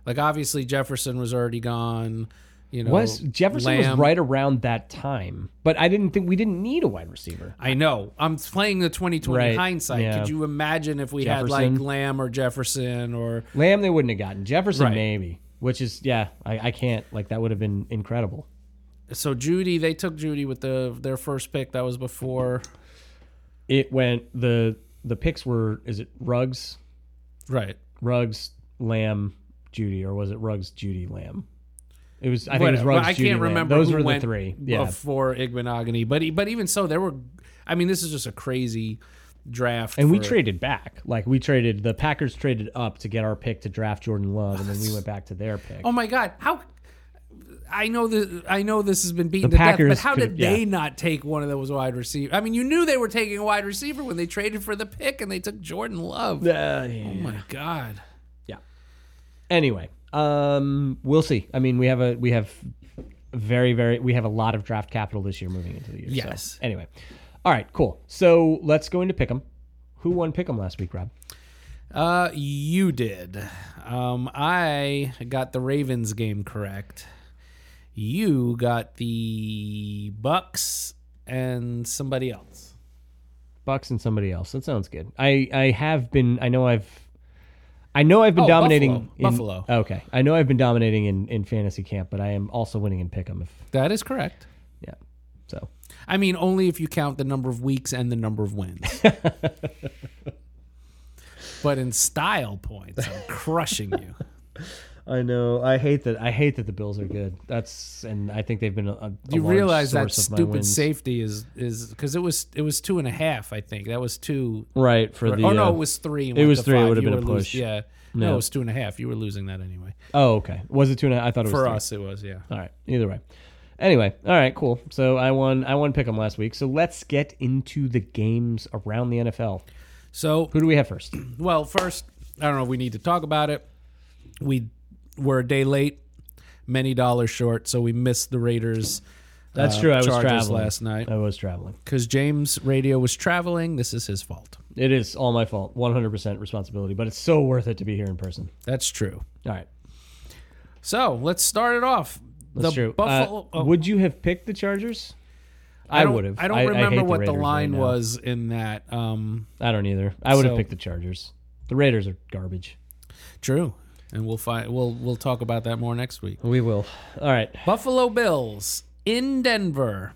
B: Like obviously Jefferson was already gone. You know,
C: Was Jefferson
B: Lamb.
C: was right around that time, but I didn't think we didn't need a wide receiver.
B: I know. I'm playing the 2020
C: Right,
B: hindsight.
C: yeah.
B: Could you imagine if we had like
C: Jefferson.
B: Lamb or Jefferson or
C: Lamb they wouldn't have gotten. Jefferson
B: Right.
C: maybe, which is yeah, I, I can't like that would have been incredible.
B: so Judy? They took Judy with the their first pick. That was before.
C: It went the the picks were is it Ruggs,
B: Right.
C: Ruggs, Lamb, Judy, or was it Ruggs, Judy, Lamb? It was I think it was
B: Whatever.
C: Ruggs,
B: But I
C: Judy,
B: can't
C: Lamb.
B: remember.
C: Those
B: who
C: were the
B: went
C: three. Yeah,
B: Before Igbenogany, but e- but even so, there were. I mean, this is just a crazy draft.
C: And we
B: for-
C: traded back. Like we traded the Packers traded up to get our pick to draft Jordan Love and then we went back to their pick.
B: Oh my God! How I know that I know this has been beaten
C: The
B: to death,
C: Packers
B: but how
C: could've-
B: did they
C: yeah.
B: not take one of those wide receivers? I mean, you knew they were taking a wide receiver when they traded for the pick and they took Jordan Love.
C: Uh, yeah.
B: Oh my God!
C: Anyway, um we'll see. I mean, we have a we have very very we have a lot of draft capital this year moving into the year. so
B: Yes.
C: anyway. All right, cool. So, let's go into pick'em. Who won pick'em last week, Rob?
B: Uh, you did. Um, I got the Ravens game correct. You got the Bucks and somebody else.
C: Bucks and somebody else. That sounds good. I I have been. I know I've. I know I've been
B: Oh,
C: dominating
B: Buffalo.
C: in
B: Buffalo.
C: Okay, I know I've been dominating in, in fantasy camp, but I am also winning in pick'em. If
B: That is correct.
C: yeah, so
B: I mean, only if you count the number of weeks and the number of wins. but in style points, I'm crushing you.
C: I know I hate that. I hate that the Bills are good. That's and I think they've been. A, a
B: you
C: large
B: realize that
C: source of my
B: stupid
C: wins.
B: safety is is because it was it was two and a half. I think that was two.
C: right for the.
B: oh no,
C: uh,
B: it was three. and
C: it
B: went
C: was
B: to
C: three, it
B: five.
C: would've
B: You
C: been a
B: were lose-
C: push.
B: yeah, no.
C: No.
B: it was two and a half. You were losing that anyway.
C: Oh okay, was it two and a half? I thought it was
B: For
C: three.
B: us, it was yeah.
C: All right. Either way. Anyway, all right, cool. So I won. I won Pick'em last week. So let's get into the games around the NFL.
B: So
C: Who do we have first?
B: Well, first, I don't know. if We need to talk about it. We were a day late, many dollars short, so we missed the Raiders.
C: That's
B: uh,
C: true. I was
B: Chargers
C: traveling
B: last night
C: I was traveling.
B: because James Radio was traveling. This is his fault.
C: It is all my fault. One hundred percent responsibility. But it's so worth it to be here in person.
B: That's true.
C: All right.
B: So let's start it off.
C: That's
B: the
C: true.
B: Buffalo.
C: Uh,
B: oh,
C: Would you have picked the Chargers? I,
B: don't-
C: would have.
B: I don't
C: hate
B: remember what the
C: Raiders right
B: line
C: now.
B: was in that. Um,
C: I don't either. I would have
B: So-
C: picked the Chargers. The Raiders are garbage.
B: true, and we'll find. We'll we'll talk about that more next week.
C: We will. All right.
B: Buffalo Bills in Denver,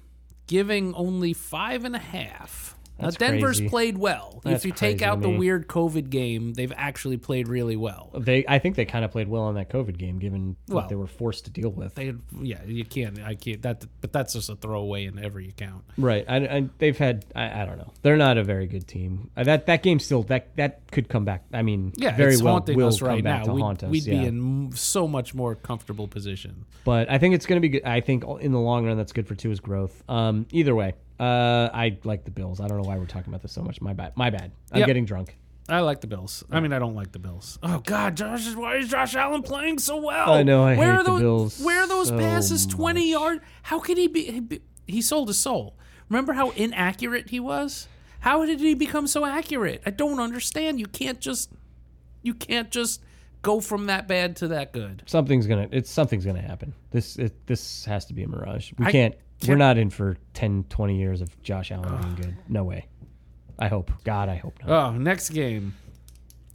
B: giving only five and a half.
C: That's
B: now Denver's
C: crazy.
B: played well.
C: That's
B: if you
C: crazy
B: take
C: to
B: out the
C: me.
B: weird COVID game, they've actually played really well.
C: They. I think they kind of played well on that COVID game, given
B: Well,
C: what they were forced to deal with.
B: They, yeah, you can't. I can't. That, but that's just a throwaway in every account.
C: Right. I, I they've had I, I don't know. They're not a very good team. Uh, That that game still that that could come back. I mean,
B: Yeah,
C: very
B: it's
C: well
B: haunting
C: will
B: us
C: come
B: right
C: back
B: now.
C: to
B: we'd
C: haunt us.
B: we'd
C: yeah.
B: be in so much more comfortable position.
C: But I think it's going to be good. I think in the long run that's good for Tua's growth. Um either way, uh I like the Bills. I don't know why we're talking about this so much. My bad. My bad. I'm
B: Yep.
C: getting drunk.
B: I like the Bills. I mean, I don't like the Bills. Oh God, Josh! Why is Josh Allen playing so well?
C: I know, I hate the
B: those,
C: Bills
B: Where are those
C: so
B: passes? Twenty yard? How could he be? he be- He sold his soul. Remember how inaccurate he was? How did he become so accurate? I don't understand. You can't just, you can't just go from that bad to that good.
C: Something's going to it's something's going to happen. This it, this has to be a mirage. We
B: I
C: can't, we're
B: can't-
C: not in for 10 20 years of Josh Allen being good. No way. I hope. God, I hope not.
B: Oh, next game.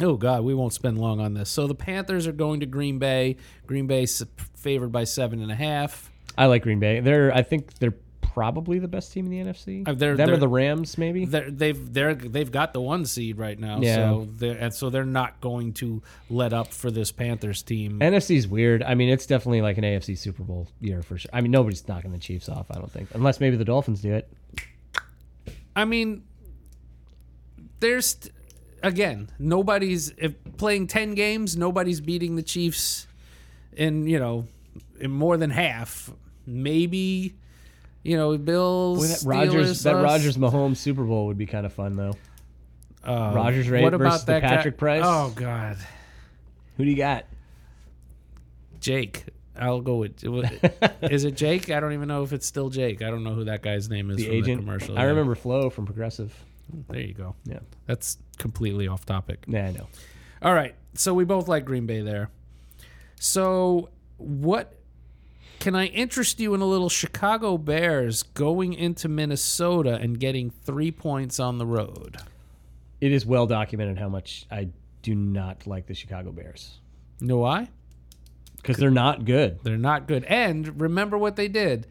B: Oh God, we won't spend long on this. So the Panthers are going to Green Bay. Green Bay s- favored by seven and a half.
C: I like Green Bay. They're I think they're probably the best team in the NFC.
B: Uh, they're-
C: Them
B: they're-
C: or the Rams, maybe.
B: they're, they've they're they've got the one seed right now.
C: Yeah.
B: So they're and so they're not going to let up for this Panthers team.
C: NFC's weird. I mean, it's definitely like an AFC Super Bowl year for sure. I mean, nobody's knocking the Chiefs off. I don't think, unless maybe the Dolphins do it.
B: I mean, there's again nobody's if playing ten games. Nobody's beating the Chiefs in you know in more than half. Maybe you know Bills.
C: Boy, that
B: Steelers,
C: Rogers, that
B: us.
C: Rogers Mahomes Super Bowl would be kind of fun though.
B: Uh,
C: Rodgers rate
B: what about
C: versus the
B: that guy-
C: Patrick Price?
B: Oh God,
C: Who do you got?
B: Jake. I'll go with. is it Jake? I don't even know if it's still Jake. I don't know who that guy's name is.
C: The
B: from
C: agent.
B: The commercial.
C: I
B: yeah.
C: remember Flo from Progressive.
B: There you go.
C: Yeah.
B: That's completely off topic.
C: Nah, I know.
B: All right. So we both like Green Bay there. So what can I interest you in a little Chicago Bears going into Minnesota and getting three points on the road?
C: It is well documented how much I do not like the Chicago Bears
B: You know why?
C: because they're not good.
B: They're not good. And remember what they did.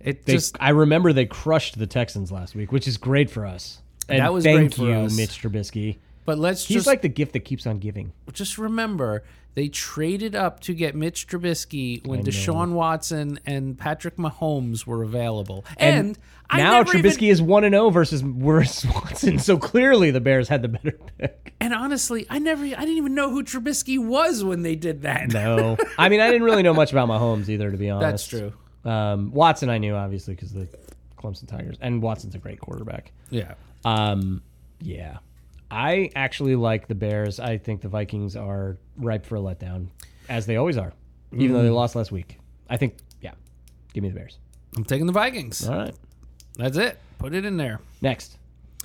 B: It
C: They,
B: just
C: I remember they crushed the Texans last week, which is great for us. And
B: That was
C: thank
B: great for
C: you,
B: us.
C: Mitch Trubisky.
B: but let's
C: He's
B: just
C: like the gift that keeps on giving.
B: just remember they traded up to get Mitch Trubisky when Deshaun Watson and Patrick Mahomes were available. And, I
C: now
B: never even-
C: Trubisky is one and zero versus worse Watson. So clearly the Bears had the better pick.
B: And honestly, I never, I didn't even know who Trubisky was when they did that.
C: No, I mean I didn't really know much about Mahomes either, to be
B: That's
C: honest.
B: true.
C: Um, Watson I knew obviously because the Clemson Tigers, and Watson's a great quarterback.
B: Yeah.
C: Um, yeah, I actually like the Bears. I think the Vikings are ripe for a letdown, as they always are, even
B: Mm-hmm.
C: though they lost last week. I think yeah, give me the Bears.
B: I'm taking the Vikings.
C: All right,
B: That's it. Put it in there.
C: next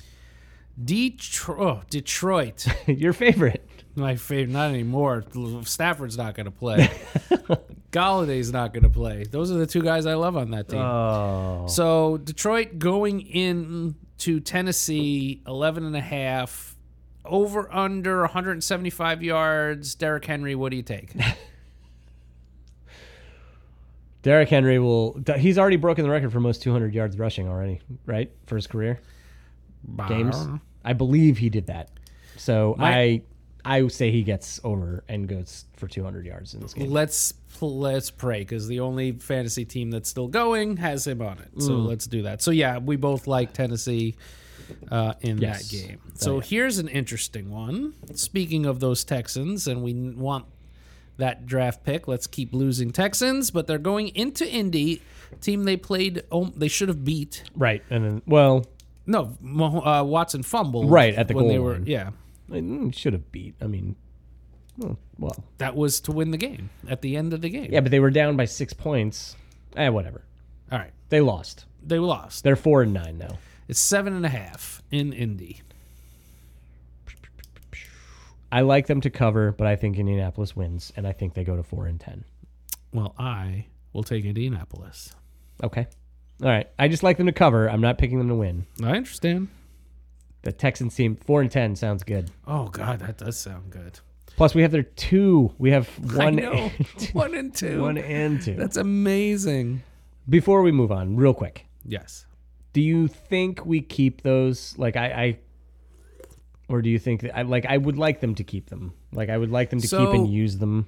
B: Detroit, oh, Detroit,
C: your favorite.
B: my favorite. Not anymore. Stafford's not going to play. Galladay's not going to play. Those are the two guys I love on that team.
C: Oh.
B: So Detroit going in to Tennessee, 11 and a half, over under 175 yards. Derrick Henry, what do you take?
C: Derrick Henry will. He's already broken the record for most 200 yards rushing already, right? For his career games. I believe he did that. So
B: My-
C: I I would say he gets over and goes for 200 yards in this game.
B: Let's let's pray because the only fantasy team that's still going has him on it. So
C: Mm.
B: let's do that. So yeah, we both like Tennessee uh, in
C: Yes.
B: that game. So here's an interesting one. Speaking of those Texans, and we n- want that draft pick. Let's keep losing Texans, but they're going into Indy, team they played. Oh, they should have beat.
C: Right. And then, well,
B: No, Mah- uh, Watson fumbled
C: Right, at the
B: when they
C: goal
B: were.
C: line.
B: Yeah,
C: I mean, should have beat. I mean, well, well.
B: that was to win the game at the end of the game.
C: Yeah, but they were down by six points. Eh, whatever.
B: All right,
C: They lost.
B: they lost.
C: They're four and nine now.
B: It's seven and a half in Indy.
C: I like them to cover, but I think Indianapolis wins, and I think they go to four and ten.
B: Well, I will take Indianapolis.
C: Okay. All right. I just like them to cover. I'm not picking them to win.
B: I understand.
C: The Texans team four and ten sounds good.
B: Oh God, that does sound good.
C: Plus, we have their two. We have one,
B: I know. one and two.
C: one and two.
B: That's amazing.
C: Before we move on, real quick,
B: Yes.
C: do you think we keep those? Like I, I or do you think that I like? I would like them to keep them. Like I would like them to keep
B: So-
C: and use them.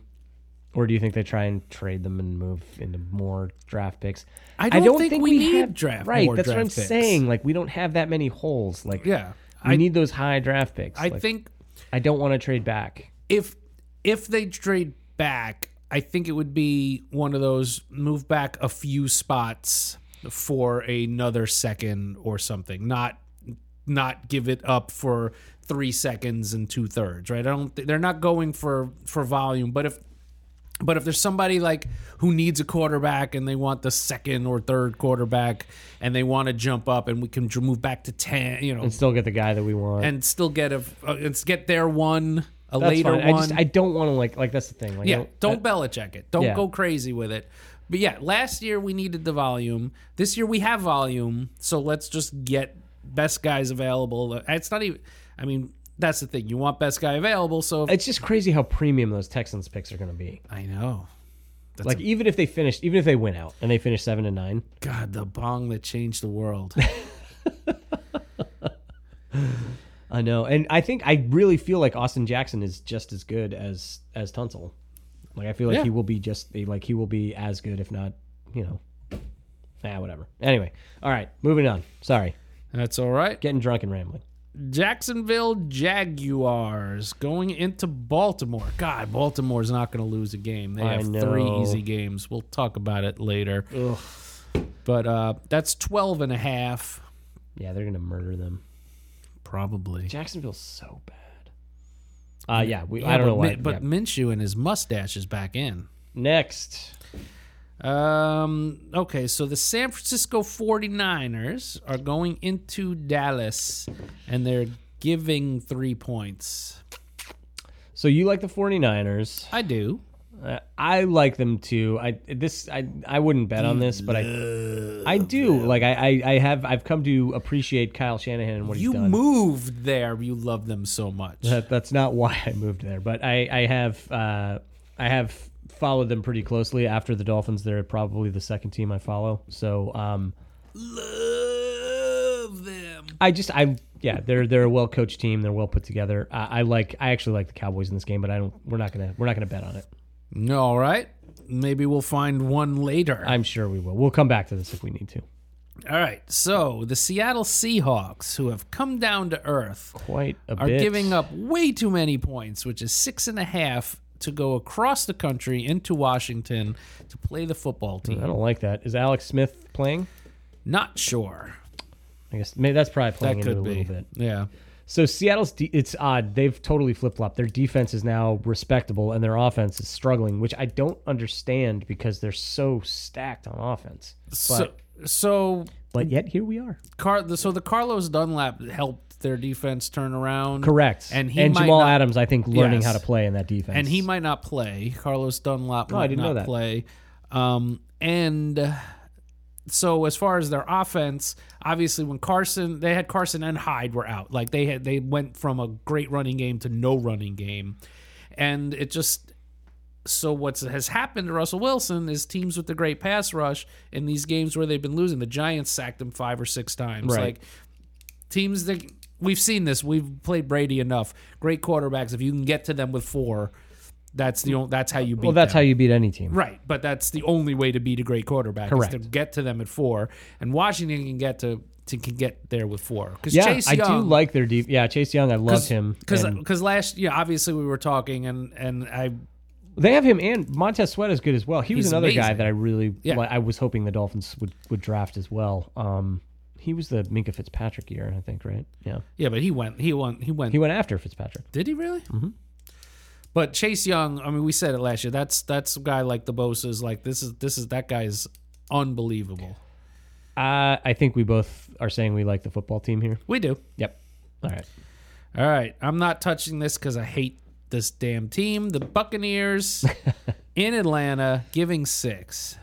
C: Or do you think they try and trade them and move into more draft picks?
B: I don't think we need draft-
C: Right,
B: more
C: that's what I'm
B: draft picks.
C: saying. Like we don't have that many holes. Like
B: Yeah.
C: we
B: I
C: need those high draft picks.
B: I
C: Like,
B: think
C: I don't want to trade back.
B: if if they trade back, I think it would be one of those move back a few spots for another second or something. Not not give it up for three seconds and two thirds, right? I don't. Th- they're not going for for volume, but if but if there's somebody like who needs a quarterback and they want the second or third quarterback and they want to jump up and we can dr- move back to ten, you know,
C: and still get the guy that we want.
B: and still get a uh, it's get their one a
C: that's
B: later
C: fine.
B: one.
C: I just I don't want to like like that's the thing. Like, I
B: Yeah, don't Belichick it. Don't
C: Yeah.
B: go crazy with it. But yeah, last year we needed the volume. This year we have volume, so let's just get best guys available. It's not even. I mean, that's the thing. You want best guy available, so if,
C: It's just crazy how premium those Texans picks are going to be.
B: I know. That's
C: like
B: a-
C: even if they finish, even if they win out and they finish seven and nine,
B: God, the bong that changed the world.
C: I know. And I think I really feel like Austin Jackson is just as good as as Tunsil. Like I feel like
B: Yeah.
C: he will be just like he will be as good, if not, you know, ah, whatever. Anyway, all right, moving on. Sorry,
B: that's all right.
C: getting drunk and rambling.
B: Jacksonville Jaguars going into Baltimore. God, Baltimore's not going to lose a game. They
C: I
B: have three
C: know.
B: easy games. We'll talk about it later. But uh, that's 12 and a half.
C: Yeah, they're gonna murder them.
B: Probably.
C: Jacksonville's so bad. Uh yeah, we,
B: Yeah,
C: I don't
B: but
C: know why.
B: Min- but
C: yeah.
B: Minshew and his mustache is back in.
C: next,
B: Um, okay, so the San Francisco 49ers are going into Dallas and they're giving three points.
C: so you like the 49ers.
B: I do.
C: Uh, I like them too. I this I I wouldn't bet on this, but I I do like I, I I have I've come to appreciate Kyle Shanahan and what
B: You
C: he's done.
B: moved there. You love them so much.
C: That, that's not why I moved there, but I I have uh, I have followed them pretty closely. After the Dolphins, they're probably the second team I follow. So um,
B: love them.
C: I just I yeah they're they're a well coached team. They're well put together. I, I like I actually like the Cowboys in this game, but I don't. We're not gonna we're not gonna bet on it.
B: All right. Maybe we'll find one later.
C: I'm sure we will. We'll come back to this if we need to.
B: All right. So the Seattle Seahawks, who have come down to earth,
C: Quite a
B: are
C: bit.
B: giving up way too many points, which is six and a half to go across the country into Washington to play the football
C: I
B: team.
C: don't like that. Is Alex Smith playing?
B: Not sure.
C: I guess maybe that's probably playing
B: That
C: into it
B: could
C: a
B: be.
C: little bit.
B: Yeah.
C: So Seattle's de- it's odd. They've totally flip flopped. Their defense is now respectable, and their offense is struggling, which I don't understand because they're so stacked on offense. But
B: so so
C: but yet here we are.
B: Car- so the Carlos Dunlap helped their defense turn around.
C: Correct.
B: And he
C: and
B: might
C: Jamal
B: not-
C: Adams, I think, learning
B: Yes.
C: how to play in that defense.
B: and he might not play. Carlos Dunlap
C: No, Oh, I
B: might
C: didn't
B: not
C: know that.
B: play. Um, and uh, so as far as their offense, obviously when Carson, they had Carson and Hyde were out. Like they had, they went from a great running game to no running game, and it just. So what has happened to Russell Wilson is teams with the great pass rush in these games where they've been losing, the Giants sacked him five or six times.
C: Right.
B: Like teams that we've seen this. We've played Brady enough. Great quarterbacks. If you can get to them with four, that's the only, that's how you beat.
C: Well, that's
B: them.
C: how you beat any team.
B: Right, but that's the only way to beat a great quarterback is to
C: Correct.
B: get to them at four, and Washington can get to, to can get there with four. Because
C: Yeah,
B: Chase
C: I
B: Young,
C: do like their deep. Yeah, Chase Young, I love him.
B: because
C: and-
B: last year obviously we were talking and and I
C: They have him and Montez Sweat is good as well. He was
B: He's
C: another guy
B: amazing.
C: that I really
B: Yeah.
C: li- I was hoping the Dolphins would, would draft as well. Um, he was the Minka Fitzpatrick year, I think, right? Yeah.
B: yeah, but he went he went he went
C: He went after Fitzpatrick.
B: Did he really? Mm-hmm. But Chase Young, I mean, we said it last year. That's that's a guy like the Bosa's. Like this is this is that guy is unbelievable.
C: Uh, I think we both are saying we like the football team here.
B: We do.
C: Yep. All right.
B: All right, I'm not touching this because I hate this damn team. The Buccaneers in Atlanta giving six.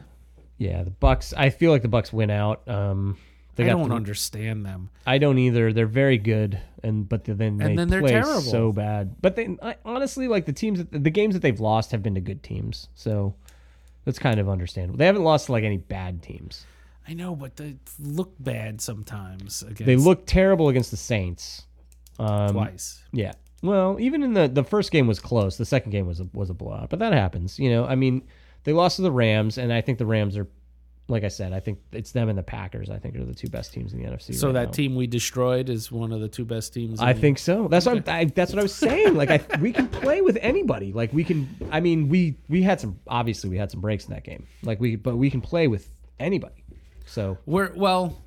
C: Yeah, the Bucks. I feel like the Bucks win out. Um, they
B: I
C: got
B: don't
C: the-
B: understand them.
C: I don't either. They're very good, and but then they
B: then they're
C: play
B: terrible.
C: so bad. But they I, honestly like the teams, that, the games that they've lost have been to good teams, so that's kind of understandable. They haven't lost to like any bad teams.
B: I know, but they look bad sometimes. Against
C: They look terrible against the Saints. Um,
B: twice.
C: Yeah. Well, even in the the first game was close. The second game was a, was a blowout, but that happens. You know, I mean, they lost to the Rams, and I think the Rams are, like I said, I think it's them and the Packers. I think are the two best teams in the NFC.
B: So
C: right
B: that
C: now.
B: team we destroyed is one of the two best teams.
C: I
B: in-
C: think so. That's what I'm, I, that's what I was saying. Like I, we can play with anybody. Like we can. I mean, we we had some obviously we had some breaks in that game. Like we but we can play with anybody. So
B: We're well.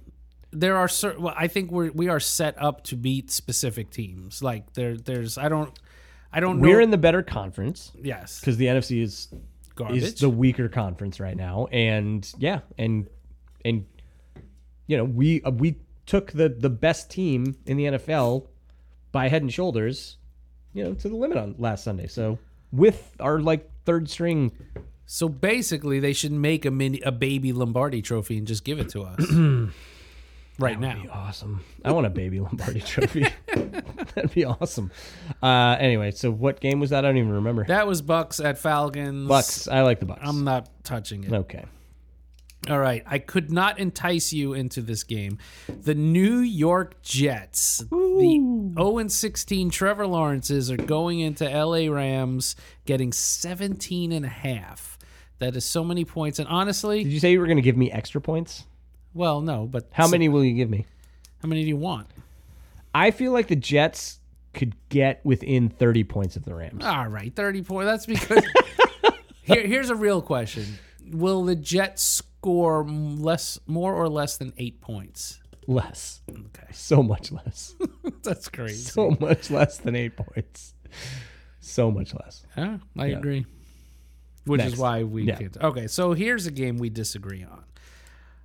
B: There are certain. Well, I think we're we are set up to beat specific teams. Like there, there's. I don't. I don't.
C: we're
B: know.
C: in the better conference
B: yes
C: because the NFC is
B: garbage.
C: is the weaker conference right now. And yeah, and and you know we uh, we took the the best team in the NFL by head and shoulders, you know, to the limit on last Sunday. So with our like third string
B: so basically, they should make a mini a baby Lombardi trophy and just give it to us right now.
C: Awesome. I want a baby Lombardi trophy. That'd be awesome. Uh, anyway, so what game was that? I don't even remember.
B: That was Bucks at Falcons.
C: Bucks. I like the Bucks.
B: I'm not touching it.
C: okay.
B: All right. I could not entice you into this game. The New York Jets, the 0 and 16 Trevor Lawrences are going into LA Rams getting 17 and a half. That is so many points. And
C: Did
B: honestly,
C: you say you were going to give me extra points?
B: well, no, but
C: How
B: so-
C: many will you give me?
B: how many do you want?
C: I feel like the Jets could get within 30 points of the Rams.
B: All right, 30 points. That's because Here, here's a real question. Will the Jets score m- less more or less than 8 points?
C: Less.
B: Okay.
C: So much less.
B: That's crazy.
C: so much less than eight points. So much less.
B: Yeah, I agree. Which
C: Next.
B: is why we
C: Yeah.
B: can't. Okay, so here's a game we disagree on.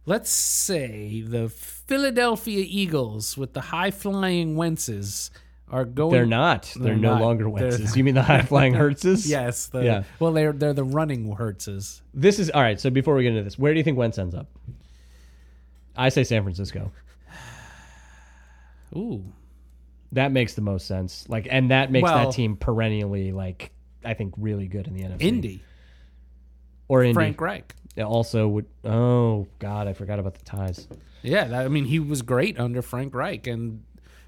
B: Let's say the Philadelphia Eagles with the high flying Wences are going.
C: They're not. They're,
B: They're
C: no
B: not.
C: longer
B: They're-
C: Wentzes. You mean the high flying Hertzes?
B: Yes. The,
C: Yeah.
B: Well, they're they're the running Hertzes.
C: This is all right. So before we get into this, where do you think Wentz ends up? I say San Francisco.
B: Ooh.
C: That makes the most sense. Like, and that makes
B: Well-
C: that team perennially like I think really good in the NFC.
B: Indy.
C: or Indy
B: Frank Reich.
C: It also would. Oh God, I forgot about the ties.
B: Yeah. That, I mean, he was great under Frank Reich, and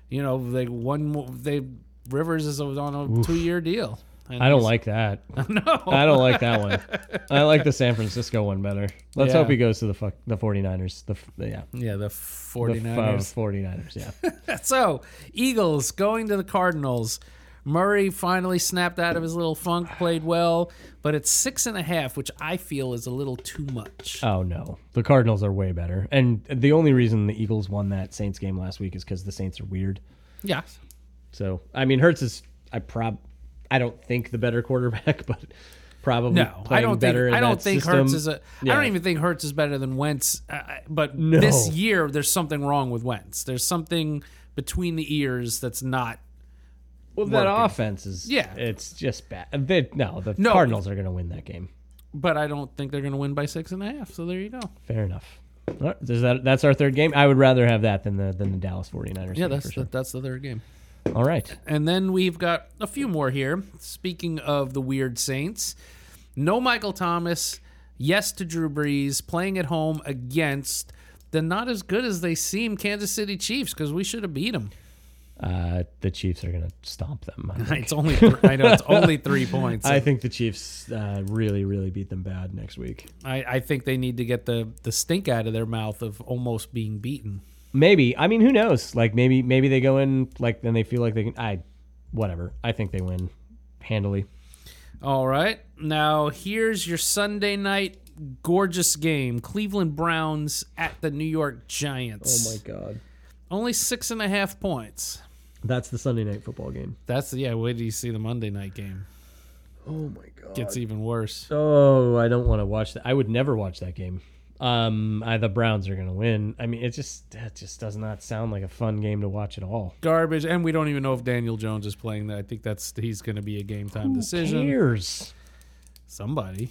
B: you know they won. mo- They Rivers is on a two year deal. And
C: I don't
B: he's-
C: like that.
B: No.
C: I don't like that one. I like the San Francisco one better. Let's
B: Yeah.
C: hope he goes to the fuck the 49ers. The f- yeah.
B: Yeah, the
C: The
B: 49ers.
C: f- uh, 49ers, yeah.
B: So, Eagles going to the Cardinals. Murray finally snapped out of his little funk, played well, but it's six and a half, which I feel is a little too much.
C: Oh no, the Cardinals are way better. And the only reason the Eagles won that Saints game last week is because the Saints are weird.
B: yeah.
C: So I mean, Hertz is I prob I don't think the better quarterback, but probably
B: No, I
C: playing
B: don't think
C: better. in
B: I don't
C: that
B: think
C: system.
B: Hurts is a.
C: Yeah.
B: I don't even think Hurts is better than Wentz. Uh, but
C: No.
B: this year, there's something wrong with Wentz. There's something between the ears that's not
C: Well, that
B: Working.
C: offense is
B: Yeah.
C: It's just bad. They, no, the
B: No.
C: Cardinals are going to win that game.
B: but I don't think they're going to win by six and a half. So there you go.
C: Fair enough. All right, Is that that's our third game? I would rather have that than the than the Dallas 49ers.
B: Yeah,
C: game
B: that's
C: for sure.
B: the, that's the third game.
C: All right.
B: And then we've got a few more here. Speaking of the weird Saints, no Michael Thomas, yes to Drew Brees, playing at home against the not as good as they seem Kansas City Chiefs because we should have beat them.
C: Uh, the Chiefs are going to stomp them. I think.
B: It's only th- I know it's only three points.
C: I think the Chiefs uh, really, really beat them bad next week.
B: I, I think they need to get the the stink out of their mouth of almost being beaten.
C: Maybe. I mean, who knows? Like maybe, maybe they go in like then they feel like they can. I, whatever. I think they win handily.
B: All right. Now, here's your Sunday night gorgeous game Cleveland Browns at the New York
C: Oh,
B: Giants.
C: god,
B: Only six and a half points.
C: that's the Sunday night football game.
B: That's, yeah, wait till you see the Monday night game.
C: Oh my god.
B: Gets even worse.
C: Oh, I don't want to watch that. I would never watch that game. Um, I, the Browns are gonna win. I mean, it just that just does not sound like a fun game to watch at all.
B: Garbage. And we don't even know if Daniel Jones is playing that. I think that's, he's going to be a game time decision.
C: Cares.
B: Somebody.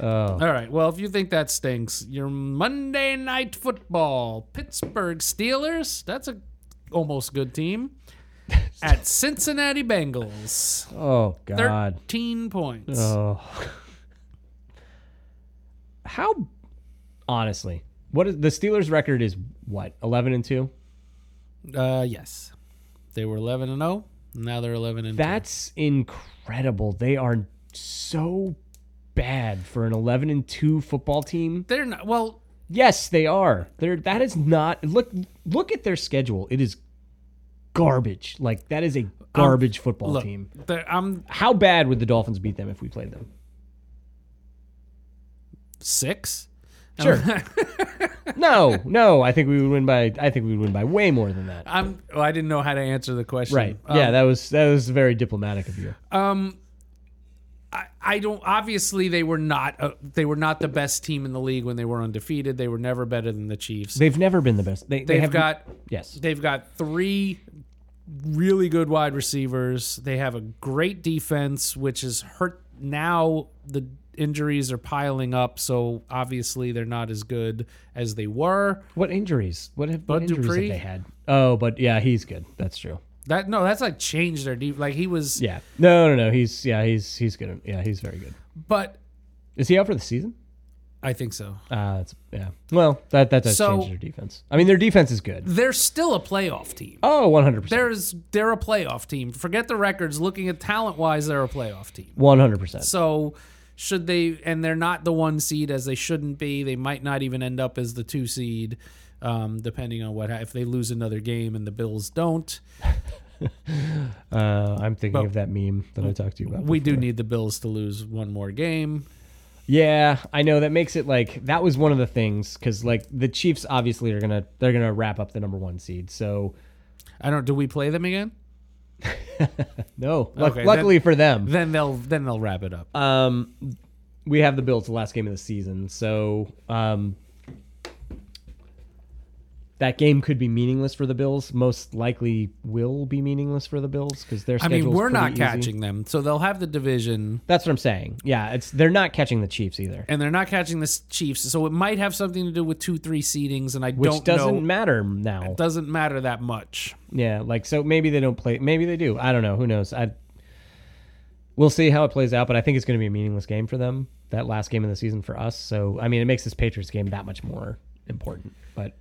C: Oh.
B: All right. Well, if you think that stinks, your Monday night football, Pittsburgh Steelers. That's a almost good team. At Cincinnati Bengals,
C: Oh god.
B: thirteen points.
C: Oh. How honestly, what is the Steelers record is what? 11 and 2.
B: Uh, yes, they were eleven and zero. Now they're eleven and
C: That's incredible. They are so bad for an 11 and 2 football team.
B: two. They're not. Well,
C: Yes, they are. They're that is not look look at their schedule. It is garbage. Like that is a garbage football
B: Um, look,
C: team.
B: they're- I'm
C: How bad would the Dolphins beat them if we played them?
B: six.
C: Sure. no, no. I think we would win by I think we would win by way more than that.
B: I'm. Well, I didn't know how to answer the question.
C: Right.
B: Um,
C: yeah, that was that was very diplomatic of you.
B: Um, I, I don't. Obviously, they were not. Uh, they were not the best team in the league when they were undefeated. They were never better than the Chiefs. They,
C: They've never been the best. They, they
B: have
C: have
B: got.
C: yes.
B: They've got three really good wide receivers. They have a great defense, which is hurt now. The injuries are piling up, so obviously they're not as good as they were.
C: What injuries? What have what
B: Bud
C: injuries
B: Dupree?
C: have they had? Oh, but yeah, he's good. That's true.
B: That no, that's like changed their deep. Like he was,
C: Yeah. No, no, no. He's yeah, he's he's good. Yeah, he's very good.
B: but
C: Is he out for the season?
B: I think so.
C: Uh, that's yeah. Well, that that does
B: So-
C: change their defense. I mean, their defense is good.
B: They're still a playoff team.
C: Oh, 100%.
B: there's they're a playoff team. Forget the records. Looking at talent wise, they're a playoff team.
C: 100%.
B: So should they and they're not the one seed as they shouldn't be. They might not even end up as the two seed, um, depending on what ha- if they lose another game and the Bills don't.
C: Uh, I'm thinking of that meme that I talked to you about.
B: We do need the Bills to lose one more game.
C: Yeah, I know that makes it like that was one of the things cuz like the Chiefs obviously are going to they're going to wrap up the number 1 seed. So,
B: I don't. Do we play them again?
C: no. Luck-
B: Okay,
C: luckily for them.
B: Then they'll then they'll wrap it up.
C: Um, we have the Bills the last game of the season, so um, that game could be meaningless for the Bills. Most likely, will be meaningless for the Bills because their
B: I
C: schedule.
B: mean, we're not catching them, so they'll have the division.
C: That's what I'm saying. Yeah, it's they're not catching the Chiefs either,
B: And they're not catching the Chiefs, so it might have something to do with two, three seedings, and I
C: which
B: don't
C: doesn't
B: know.
C: matter now.
B: doesn't matter that much.
C: Yeah, like so maybe they don't play. Maybe they do. I don't know. Who knows? I we'll see how it plays out. But I think it's going to be a meaningless game for them. That last game of the season for us. So I mean, it makes this Patriots game that much more important. But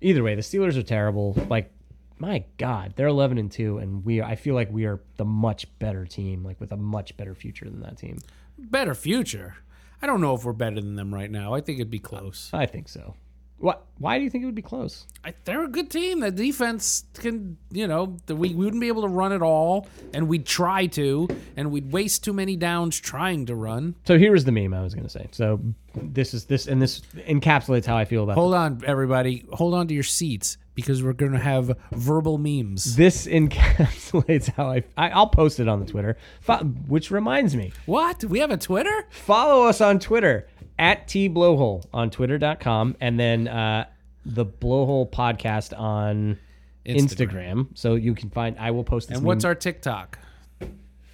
C: either way, the Steelers are terrible. Like my God, they're eleven and two, and we. I feel like we are the much better team, like with a much better future than that team.
B: better future. I don't know if we're better than them right now. I think it'd be close.
C: I think so. What? Why do you think it would be close?
B: I, they're a good team. The defense can, you know, the, we, we wouldn't be able to run at all, and we'd try to, and we'd waste too many downs trying to run.
C: So here was the meme I was going to say. So this is this, and this encapsulates how I feel about
B: Hold on, everybody. Hold on to your seats because we're going to have verbal memes.
C: This encapsulates how I, I I'll post it on the Twitter. Fo- which reminds me,
B: What? We have a Twitter?
C: follow us on Twitter at tblowhole on twitter.com and then uh, the Blowhole Podcast on Instagram. So you can find. I will post this.
B: And what's
C: meme-
B: our TikTok?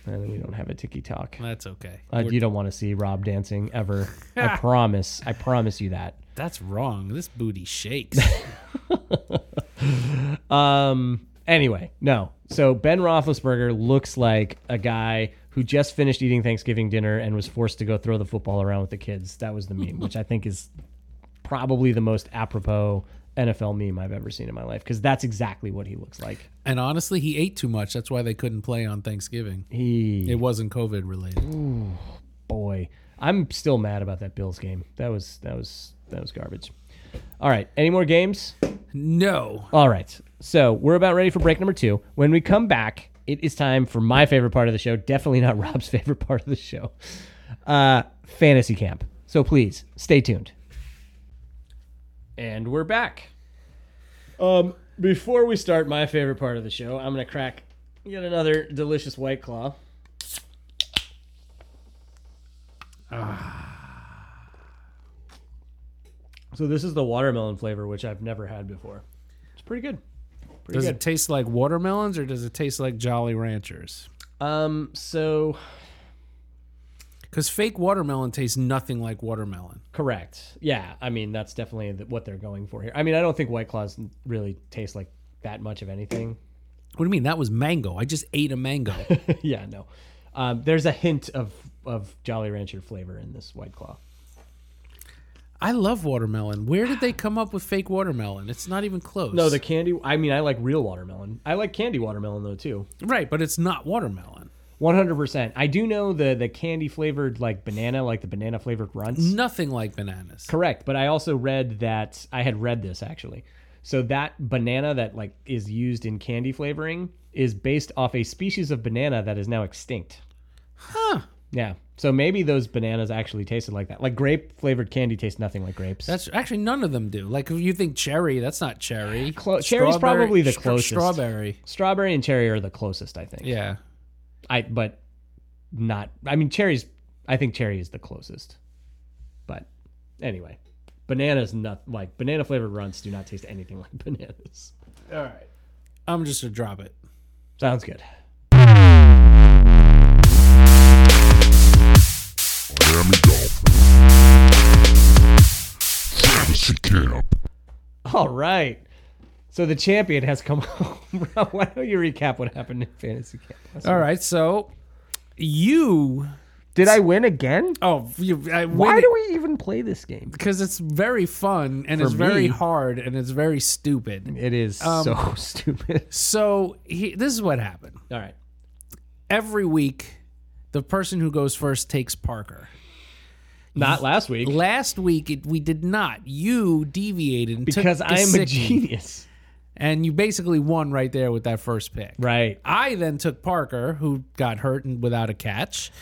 C: And we don't have a ticky talk.
B: That's okay.
C: Uh, you don't want to see Rob dancing ever. I promise. I promise you that.
B: That's wrong. This booty shakes.
C: Um. Anyway, no. So Ben Roethlisberger looks like a guy who just finished eating Thanksgiving dinner and was forced to go throw the football around with the kids. That was the meme, which I think is probably the most apropos NFL meme I've ever seen in my life because that's exactly what he looks like.
B: and honestly, he ate too much. That's why they couldn't play on Thanksgiving.
C: He
B: It wasn't COVID related.
C: boy, I'm still mad about that Bills game. That was that was that was garbage. All right, any more games?
B: No.
C: All right. So we're about ready for break number two. When we come back, it is time for my favorite part of the show. Definitely not Rob's favorite part of the show. Uh, fantasy camp. So please stay tuned. And we're back. Um, before we start my favorite part of the show, I'm gonna crack yet another delicious white claw. Ah. So this is the watermelon flavor, which I've never had before. It's pretty good. Pretty
B: Does
C: good.
B: it taste like watermelons or does it taste like Jolly Ranchers?
C: um, so
B: Because fake watermelon tastes nothing like watermelon.
C: Correct. Yeah, I mean that's definitely th- what they're going for here. I mean, I don't think White Claws really taste like that much of anything.
B: What do you mean? That was mango. I just ate a mango.
C: yeah, no. Um, there's a hint of of Jolly Rancher flavor in this White Claw.
B: I love watermelon. Where did they come up with fake watermelon? It's not even close.
C: No, the candy. I mean, I like real watermelon. I like candy watermelon though too.
B: right, but it's not watermelon.
C: One hundred percent. I do know the the candy flavored like banana, like the banana flavored runts.
B: Nothing like bananas.
C: Correct, but I also read that I had read this actually. So that banana that like is used in candy flavoring is based off a species of banana that is now extinct.
B: Huh.
C: Yeah. So maybe those bananas actually tasted like that. Like grape flavored candy tastes nothing like grapes.
B: That's actually none of them do. Like if you think cherry, that's not cherry.
C: Clo- cherry's
B: Strawberry-
C: probably the
B: stra-
C: closest.
B: Strawberry.
C: strawberry and cherry are the closest, I think.
B: Yeah.
C: I but not I mean cherries I think cherry is the closest. But anyway, bananas not like banana flavored runs do not taste anything like bananas.
B: I'm just gonna drop it.
C: Sounds good. All right. So the champion has come home. Rob, Why don't you recap what happened in fantasy camp? last
B: All
C: week?
B: right, so you.
C: Did I win again?
B: Oh, you. I
C: Why do we even play this game?
B: Because it's very fun and it's
C: For me.
B: very hard and it's very stupid.
C: It is so stupid.
B: So he, this is what happened.
C: All right.
B: Every week, the person who goes first takes Parker.
C: Not last week
B: Last week it, we did not. You deviated and took
C: because I'm a
B: Gesicki,
C: genius.
B: and you basically won right there with that first pick.
C: Right.
B: I then took Parker, who got hurt and without a catch,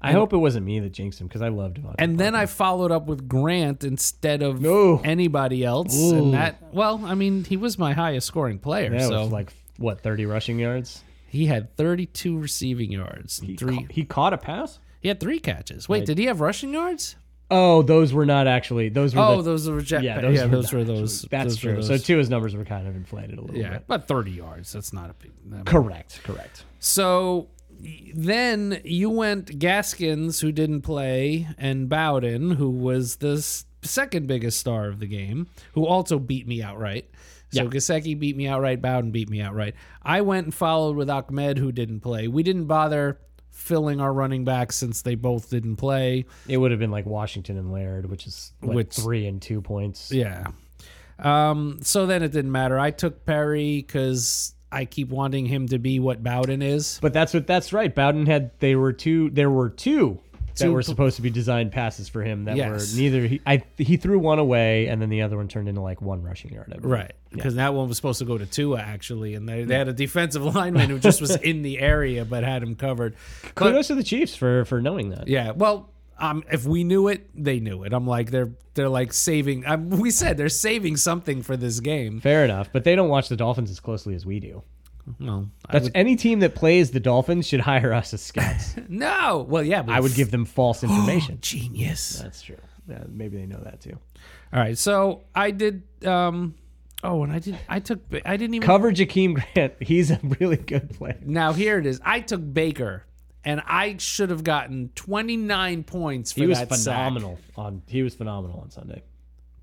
C: I hope it wasn't me that jinxed him because I loved Devontae.
B: and then I followed up with Grant instead of
C: No.
B: anybody else. And that, well, I mean, he was my highest scoring player,
C: Parker. that
B: so
C: was like what 30 rushing yards.
B: he had 32 receiving yards, and
C: He
B: three.
C: ca- he caught a pass.
B: he had three catches. Wait,
C: Right.
B: did he have rushing yards?
C: Oh, those were not actually. Those were.
B: Oh,
C: the,
B: those were jet.
C: yeah,
B: Yeah,
C: those were, not
B: those were
C: actually-
B: those.
C: That's
B: those were
C: true. So
B: those.
C: two, his numbers were kind of inflated a little
B: Yeah,
C: bit.
B: about 30 yards. That's not a big.
C: Correct. Correct.
B: So then you went Gaskins, who didn't play, and Bowden, who was the s- second biggest star of the game, who also beat me outright. So Gasecki beat me outright. Bowden beat me outright. I went and followed with Ahmed, who didn't play. We didn't bother filling our running backs since they both didn't play.
C: It would have been like Washington and Laird, which is like
B: Which-
C: three and two points.
B: Yeah. Um, so then it didn't matter. I took Perry because I keep wanting him to be what Bowden is.
C: But that's what that's right. Bowden had they were two there were two that
B: Two
C: were
B: p-
C: supposed to be designed passes for him that
B: Yes.
C: were neither he I he threw one away and then the other one turned into like one rushing yard. I believe.
B: Right. Because that one was supposed to go to Tua, actually. And they, they had a defensive lineman who just was in the area but had him covered. But-
C: Kudos to the Chiefs for for knowing that.
B: yeah. Well, um, if we knew it, they knew it. I'm like, they're they're like saving. Um, we said they're saving something for this game.
C: Fair enough, but they don't watch the Dolphins as closely as we do.
B: Well, I
C: That's any team that plays the Dolphins should hire us as scouts.
B: would- no. Well, yeah. But
C: I would give them false information.
B: genius.
C: That's true. yeah, maybe they know that too.
B: All right, so I did. um Oh, and I did. I took. I didn't even
C: Cover Jakeem Grant. He's a really good player.
B: Now here it is. I took Baker, and I should have gotten 29 points for
C: He was
B: that sack.
C: phenomenal on. He was phenomenal on Sunday.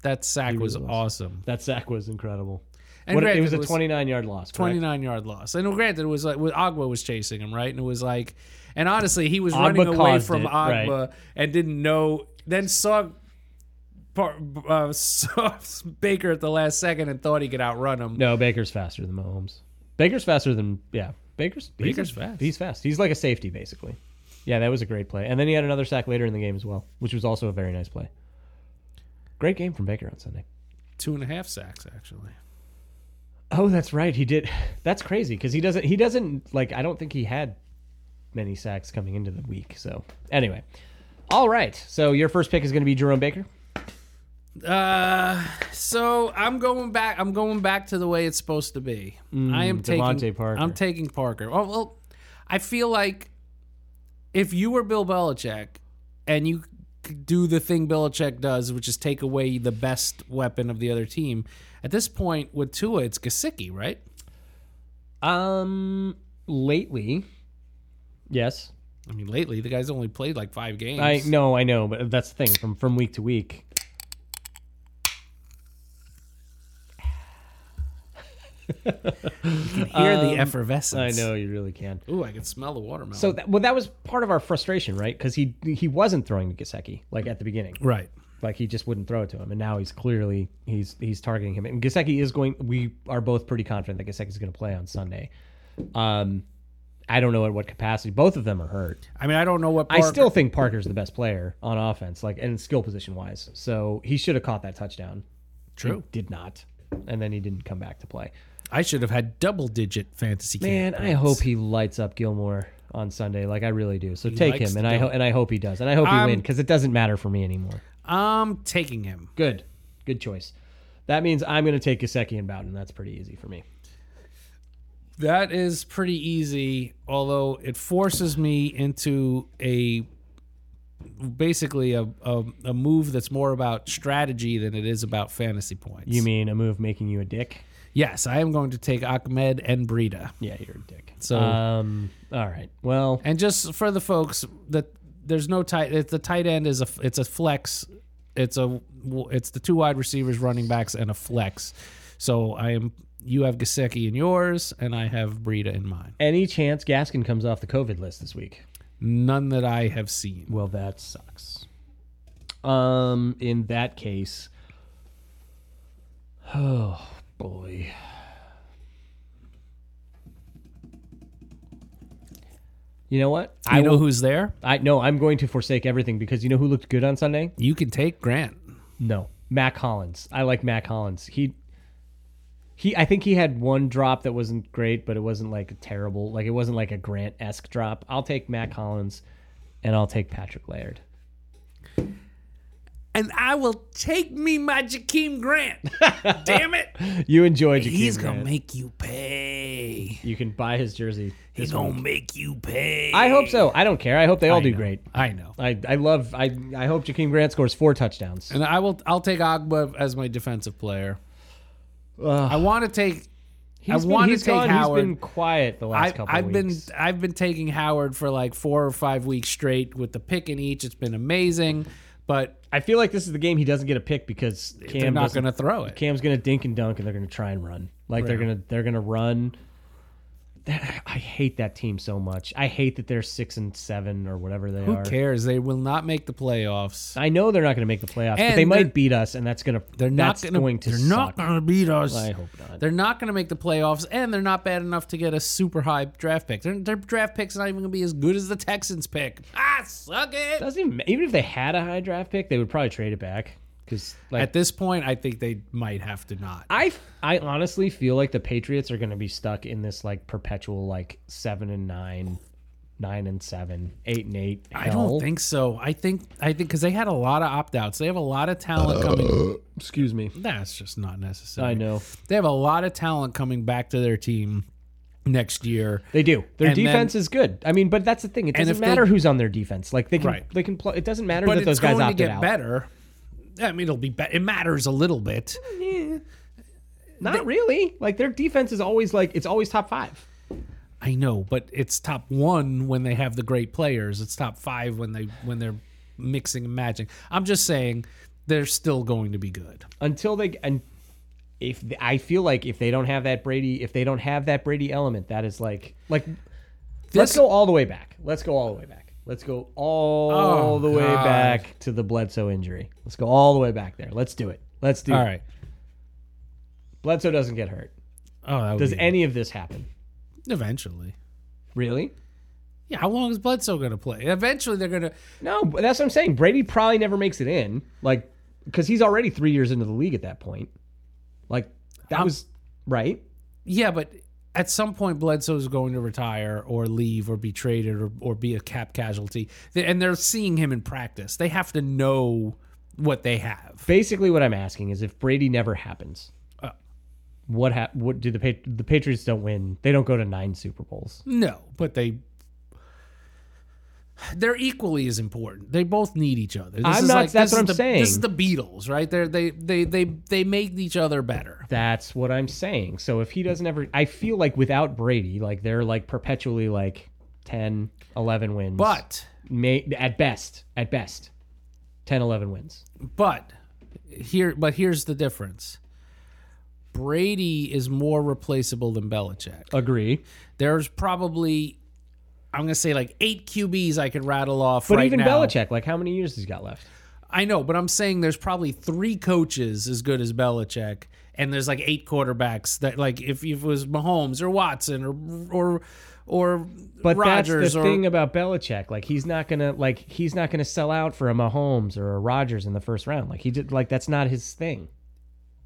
B: That sack was, awesome.
C: That sack was incredible.
B: And
C: What-
B: granted,
C: it was
B: it
C: a
B: was
C: 29 yard loss. correct?
B: 29 yard loss. And granted, it was like well, Agua was chasing him, right? And it was like, and honestly, he was
C: Agba
B: running away
C: caused
B: from
C: it, right.
B: Agua and didn't know. Then saw, par- uh, saw Baker at the last second and thought he could outrun him.
C: No, Baker's faster than Mahomes. Baker's faster than yeah. Baker's he's
B: Baker's
C: a-
B: fast.
C: He's fast. He's like a safety basically. Yeah, that was a great play. And then he had another sack later in the game as well, which was also a very nice play. Great game from Baker on Sunday.
B: Two and a half sacks actually.
C: Oh, that's right. He did. That's crazy because he doesn't. He doesn't like. I don't think he had many sacks coming into the week. So anyway, all right. So your first pick is going to be Jerome Baker.
B: Uh, so I'm going back. I'm going back to the way it's supposed to be. I am taking
C: Mm, Devontae Parker.
B: I'm taking Parker. Oh, well, I feel like if you were Bill Belichick and you could do the thing Belichick does, which is take away the best weapon of the other team, at this point with Tua, it's Gasicki, right?
C: Um, lately, yes.
B: I mean, lately the guy's only played like five games.
C: I no, I know, but that's the thing from from week to week.
B: hear the
C: um, I
B: effervescence.
C: know you really can.
B: Ooh, I can smell the watermelon.
C: So that, well, that was part of our frustration, right? Because he he wasn't throwing to Gasecki like at the beginning,
B: right.
C: like he just wouldn't throw it to him, and now he's clearly he's he's targeting him. And Gasecki is going. We are both pretty confident that Gasecki's going to play on Sunday. Um, I don't know at what capacity. Both of them are hurt.
B: I mean, I don't know what.
C: I
B: Parker-
C: still think Parker's the best player on offense, like and skill position wise. So he should have caught that touchdown.
B: True.
C: He did not, and then he didn't come back to play.
B: I should have had double digit fantasy.
C: Man, I
B: campaigns.
C: hope he lights up Gilmore on Sunday, like I really do. So take him,
B: likes to
C: and I
B: do
C: ho- and I hope he does, and I hope he
B: Um,
C: wins because it doesn't matter for me anymore.
B: I'm taking him.
C: Good, good choice. That means I'm going to take Gasecki and Bowden. That's pretty easy for me.
B: That is pretty easy, although it forces me into a basically a, a, a move that's more about strategy than it is about fantasy points.
C: You mean a move making you a dick?
B: Yes, I am going to take Ahmed and Breida.
C: Yeah, you're a dick.
B: So-
C: um, all right. Well,
B: And just for the folks that there's no tight it's the tight end is a it's a flex. It's a it's the two wide receivers, running backs and a flex. So I am you have Gasecki in yours and I have Breida in mine.
C: any chance Gaskin comes off the COVID list this week?
B: None that I have seen.
C: Well, that sucks. Um, in that case, oh boy. You know what?
B: I know who's there.
C: I no, I'm going to forsake everything because you know who looked good on Sunday?
B: You can take Grant.
C: No, Mac Hollins. I like Mac Hollins. He he I think he had one drop that wasn't great, but it wasn't like terrible. Like it wasn't like a Grant-esque drop. I'll take Mac Hollins and I'll take Patrick Laird.
B: And I will take me my Jakeem Grant. Damn it.
C: You enjoy Jakeem
B: He's going to
C: Grant.
B: make you pay.
C: You can buy his jersey.
B: He's going to make you pay.
C: I hope so. I don't care. I hope they all do great.
B: I know.
C: I, I love I I hope Jakeem Grant scores four touchdowns.
B: And I will I'll take Agba as my defensive player. I want to take
C: He's
B: I wanna
C: he's
B: take
C: gone-
B: Howard.
C: He's been quiet the last
B: I,
C: couple
B: I've
C: weeks.
B: been I've been taking Howard for like 4 or 5 weeks straight with the pick in each. It's been amazing, but
C: I feel like this is the game he doesn't get a pick because
B: they're
C: Cam
B: not
C: doesn't-
B: going to throw it.
C: Cam's gonna dink and dunk, and they're gonna try and run. Like they're gonna they're gonna run. I hate that team so much. I hate that they're six and seven or whatever they
B: Who
C: are.
B: cares? They will not make the playoffs.
C: I know they're not gonna make the playoffs, but
B: And
C: they
B: they're-
C: might beat us, and that's gonna
B: They're not
C: that's
B: gonna,
C: going to
B: They're
C: suck.
B: not going to beat us.
C: I hope not.
B: They're not going to make the playoffs, and they're not bad enough to get a super high draft pick. Their, their draft pick's not even going to be as good as the Texans pick. Ah, suck it.
C: Doesn't even, even if they had a high draft pick, they would probably trade it back because like
B: At this point, I think they might have to not.
C: I I honestly feel like the Patriots are going to be stuck in this like perpetual like seven and nine, nine and seven, eight and eight.
B: I don't
C: hell.
B: think so. I think I think because they had a lot of opt outs. They have a lot of talent coming.
C: Excuse me.
B: That's just not necessary.
C: I know
B: they have a lot of talent coming back to their team next year.
C: they do. Their
B: And then-
C: defense is good. I mean, but that's the thing. It
B: And
C: doesn't
B: if they-
C: matter who's on their defense. Like they can
B: Right.
C: they can play. It doesn't matter
B: But
C: that
B: it's
C: those guys
B: going to
C: opted
B: get
C: out.
B: better. I mean, it'll be, be- it matters a little bit.
C: Not really. Like their defense is always like it's always top five.
B: I know, but it's top one when they have the great players. It's top five when they when they're mixing and matching. I'm just saying they're still going to be good.
C: until they and if I feel like if they don't have that Brady, if they don't have that Brady element, that is like like let's go all the way back. Let's go all the way back. Let's go all
B: Oh,
C: the way
B: God.
C: back to the Bledsoe injury. Let's go all the way back there. Let's do it. Let's do
B: All
C: it.
B: right.
C: Bledsoe doesn't get hurt.
B: Oh, that would
C: Does
B: be-
C: any of this happen?
B: eventually?
C: Really?
B: Yeah. How long is Bledsoe going to play? Eventually, they're going to.
C: No, but that's what I'm saying. Brady probably never makes it in, like, because he's already three years into the league at that point. Like, that
B: I'm-
C: was right.
B: Yeah, but at some point, Bledsoe's going to retire or leave or be traded or, or be a cap casualty. They- And they're seeing him in practice. They have to know what they have.
C: Basically, what I'm asking is if Brady never happens,
B: Uh.
C: what hap- What do the Pat- the Patriots don't win? They don't go to nine Super Bowls.
B: No, but they. They're equally as important. They both need each other. This
C: I'm
B: is
C: not-
B: like-
C: that's
B: this
C: what
B: is
C: I'm
B: the-
C: saying.
B: This is the Beatles, right? They're, they they they they make each other better.
C: That's what I'm saying. So if he doesn't ever, I feel like without Brady, like they're like perpetually like 10, 11 wins.
B: But
C: may, at best, at best, 10, 11 wins.
B: But here, but here's the difference. Brady is more replaceable than Belichick.
C: Agree.
B: There's probably, I'm gonna say like eight QBs I could rattle off.
C: But
B: right
C: even
B: now.
C: Belichick, like how many years has he got left?
B: I know, but I'm saying there's probably three coaches as good as Belichick, and there's like eight quarterbacks that like if, if it was Mahomes or Watson or or or
C: But
B: Rodgers
C: that's the
B: or
C: thing about Belichick. Like he's not gonna like he's not gonna sell out for a Mahomes or a Rodgers in the first round. Like he did like that's not his thing.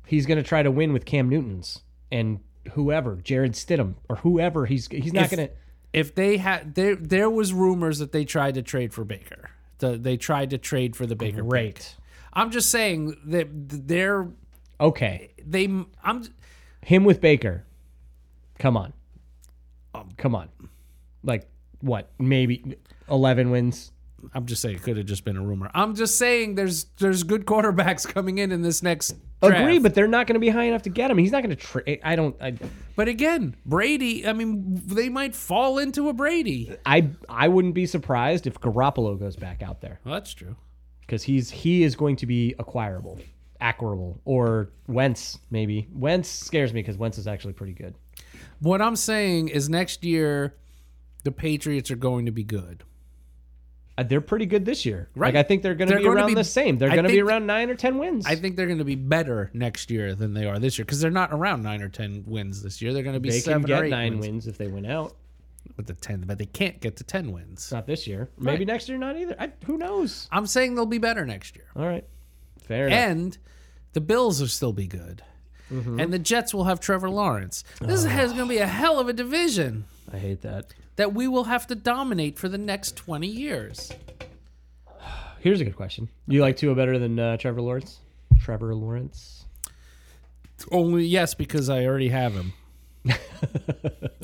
C: He's gonna try to win with Cam Newton's and whoever, Jared Stidham or whoever. He's he's not
B: If-
C: gonna
B: if they had there there was rumors that they tried to trade for Baker. The, they tried to trade for the Baker. pick.
C: great.
B: I'm just saying that they're
C: Okay,
B: they. I'm
C: him with Baker. Come on,
B: Um,
C: come on. Like what? Maybe eleven wins.
B: I'm just saying it could have just been a rumor. I'm just saying there's there's good quarterbacks coming in in this next. Draft.
C: Agree, but they're not going to be high enough to get him. He's not going to trade. I don't. I,
B: but again, Brady. I mean, they might fall into a Brady.
C: I. I wouldn't be surprised if Garoppolo goes back out there.
B: Well, that's true.
C: because he's he is going to be acquirable, acquirable, or Wentz maybe. Wentz scares me because Wentz is actually pretty good.
B: What I'm saying is next year, the Patriots are going to be good.
C: Uh, They're pretty good this year.
B: Right.
C: Like I think they're going to
B: They're
C: be
B: gonna
C: around
B: be-
C: the same. They're
B: I
C: going to be
B: think-
C: around nine or ten wins.
B: I think they're going to be better next year than they are this year because they're not around nine or ten wins this year. They're going to be
C: they can
B: seven or
C: get
B: eight
C: nine
B: wins.
C: wins if they win out.
B: with the ten, but they can't get to ten wins.
C: It's not this year. Maybe
B: Right.
C: next year, not either. I, who knows?
B: I'm saying they'll be better next year.
C: All right. Fair enough.
B: and the Bills will still be good. And the Jets will have Trevor Lawrence. This is going to be a hell of a division
C: I hate that.
B: that we will have to dominate for the next 20 years.
C: Here's a good question. You like Tua better than uh, Trevor Lawrence? Trevor Lawrence.
B: Only yes, because I already have him.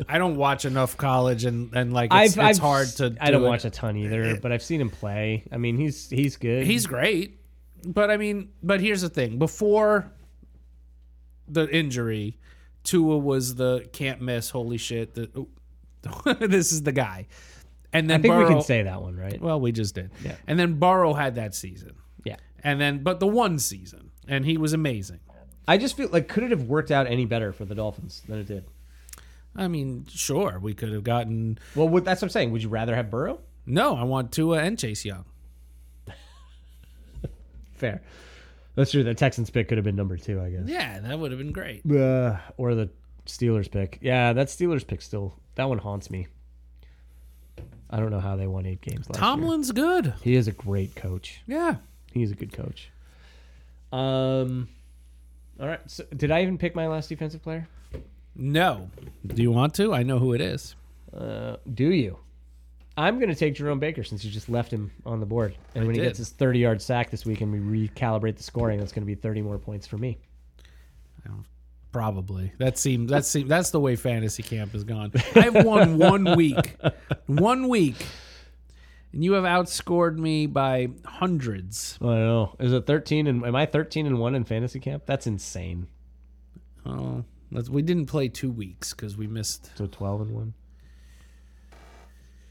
B: I don't watch enough college, and, and like it's, it's hard to.
C: I don't
B: do it.
C: watch a ton either, but I've seen him play. I mean, he's he's good.
B: He's great, but I mean, but here's the thing: before the injury, Tua was the can't miss. Holy shit! The, this is the guy. And then
C: I think we
B: Burrow-
C: can say that one, right?
B: Well, we just did.
C: Yeah.
B: And then Burrow had that season.
C: Yeah.
B: And then but the one season. And he was amazing.
C: I just feel like could it have worked out any better for the Dolphins than it did?
B: I mean, sure, we could have gotten
C: Well, what, that's what I'm saying. Would you rather have Burrow?
B: No, I want Tua and Chase Young.
C: Fair. That's true. The Texans pick could have been number two, I guess.
B: Yeah, that would have been great.
C: Uh, or the Steelers pick. Yeah, that Steelers pick still that one haunts me. I don't know how they won eight games last year.
B: Tomlin's good.
C: He is a great coach.
B: Yeah.
C: He's a good coach. Um. All right. So did I even pick my last defensive player?
B: No. Do you want to? I know who it is.
C: Uh, do you? I'm going to take Jerome Baker since you just left him on the board. And when he
B: did.
C: gets his 30 yard sack this week and we recalibrate the scoring, that's going to be 30 more points for me.
B: Probably. That seems that seems that's the way fantasy camp has gone. I've won one week. One week. and you have outscored me by hundreds.
C: I know. Is it 13 and am I 13 and 1 in fantasy camp? That's insane.
B: Oh, that's, we didn't play two weeks because we missed.
C: So 12 and 1.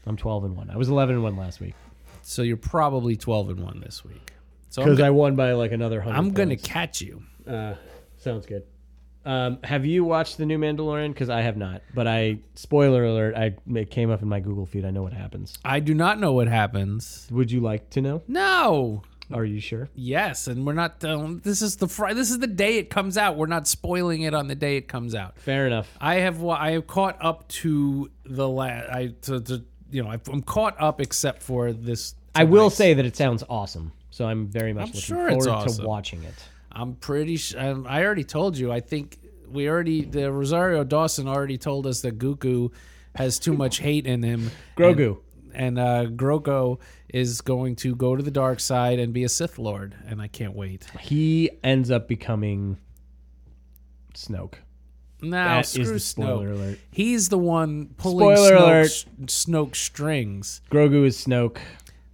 C: I'm 12 and 1. I was 11 and 1 last week
B: So you're probably twelve and one this week. So I'm,
C: cuz
B: go-
C: I won by like another 100.
B: I'm gonna
C: points.
B: catch you.
C: Sounds good. Um, have you watched the new Mandalorian? Because I have not. But I spoiler alert. I it came up in my Google feed. I know what happens.
B: I do not know what happens.
C: Would you like to know?
B: No.
C: Are you sure?
B: Yes, and we're not. Um, this is the fr- This is the day it comes out. We're not spoiling it on the day it comes out.
C: Fair enough.
B: I have wa- I have caught up to the last. I to, to you know I've- I'm caught up except for this.
C: I will say that it sounds awesome. So I'm very much
B: I'm
C: looking
B: sure it's
C: forward
B: awesome.
C: to watching it.
B: I'm pretty. Sh- I, I already told you. I think we already. The Rosario Dawson already told us that Goku has too much hate in him.
C: Grogu.
B: and, and uh, Grogo is going to go to the dark side and be a Sith Lord, and I can't wait.
C: He ends up becoming Snoke.
B: Now,
C: That is
B: screw
C: the spoiler
B: Snoke.
C: alert.
B: He's the one pulling
C: Spoiler
B: Snoke's, Snoke's strings.
C: Grogu is Snoke.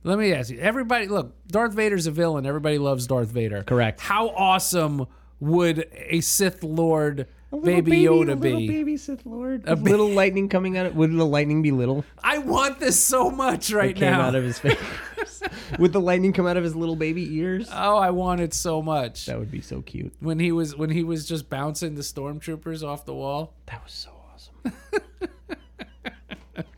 B: Let me ask you. Everybody, look, Darth Vader's a villain. Everybody loves Darth Vader.
C: Correct.
B: How awesome would a Sith Lord
C: Little
B: Baby, Yoda
C: little
B: be?
C: baby Sith Lord. A little lightning coming out. Of, would the lightning be little?
B: I want this so much right
C: It came
B: now.
C: out of his fingers. would the lightning come out of his little baby ears?
B: oh, I want it so much.
C: That would be so cute.
B: When he was when he was just bouncing the stormtroopers off the wall.
C: That was so awesome.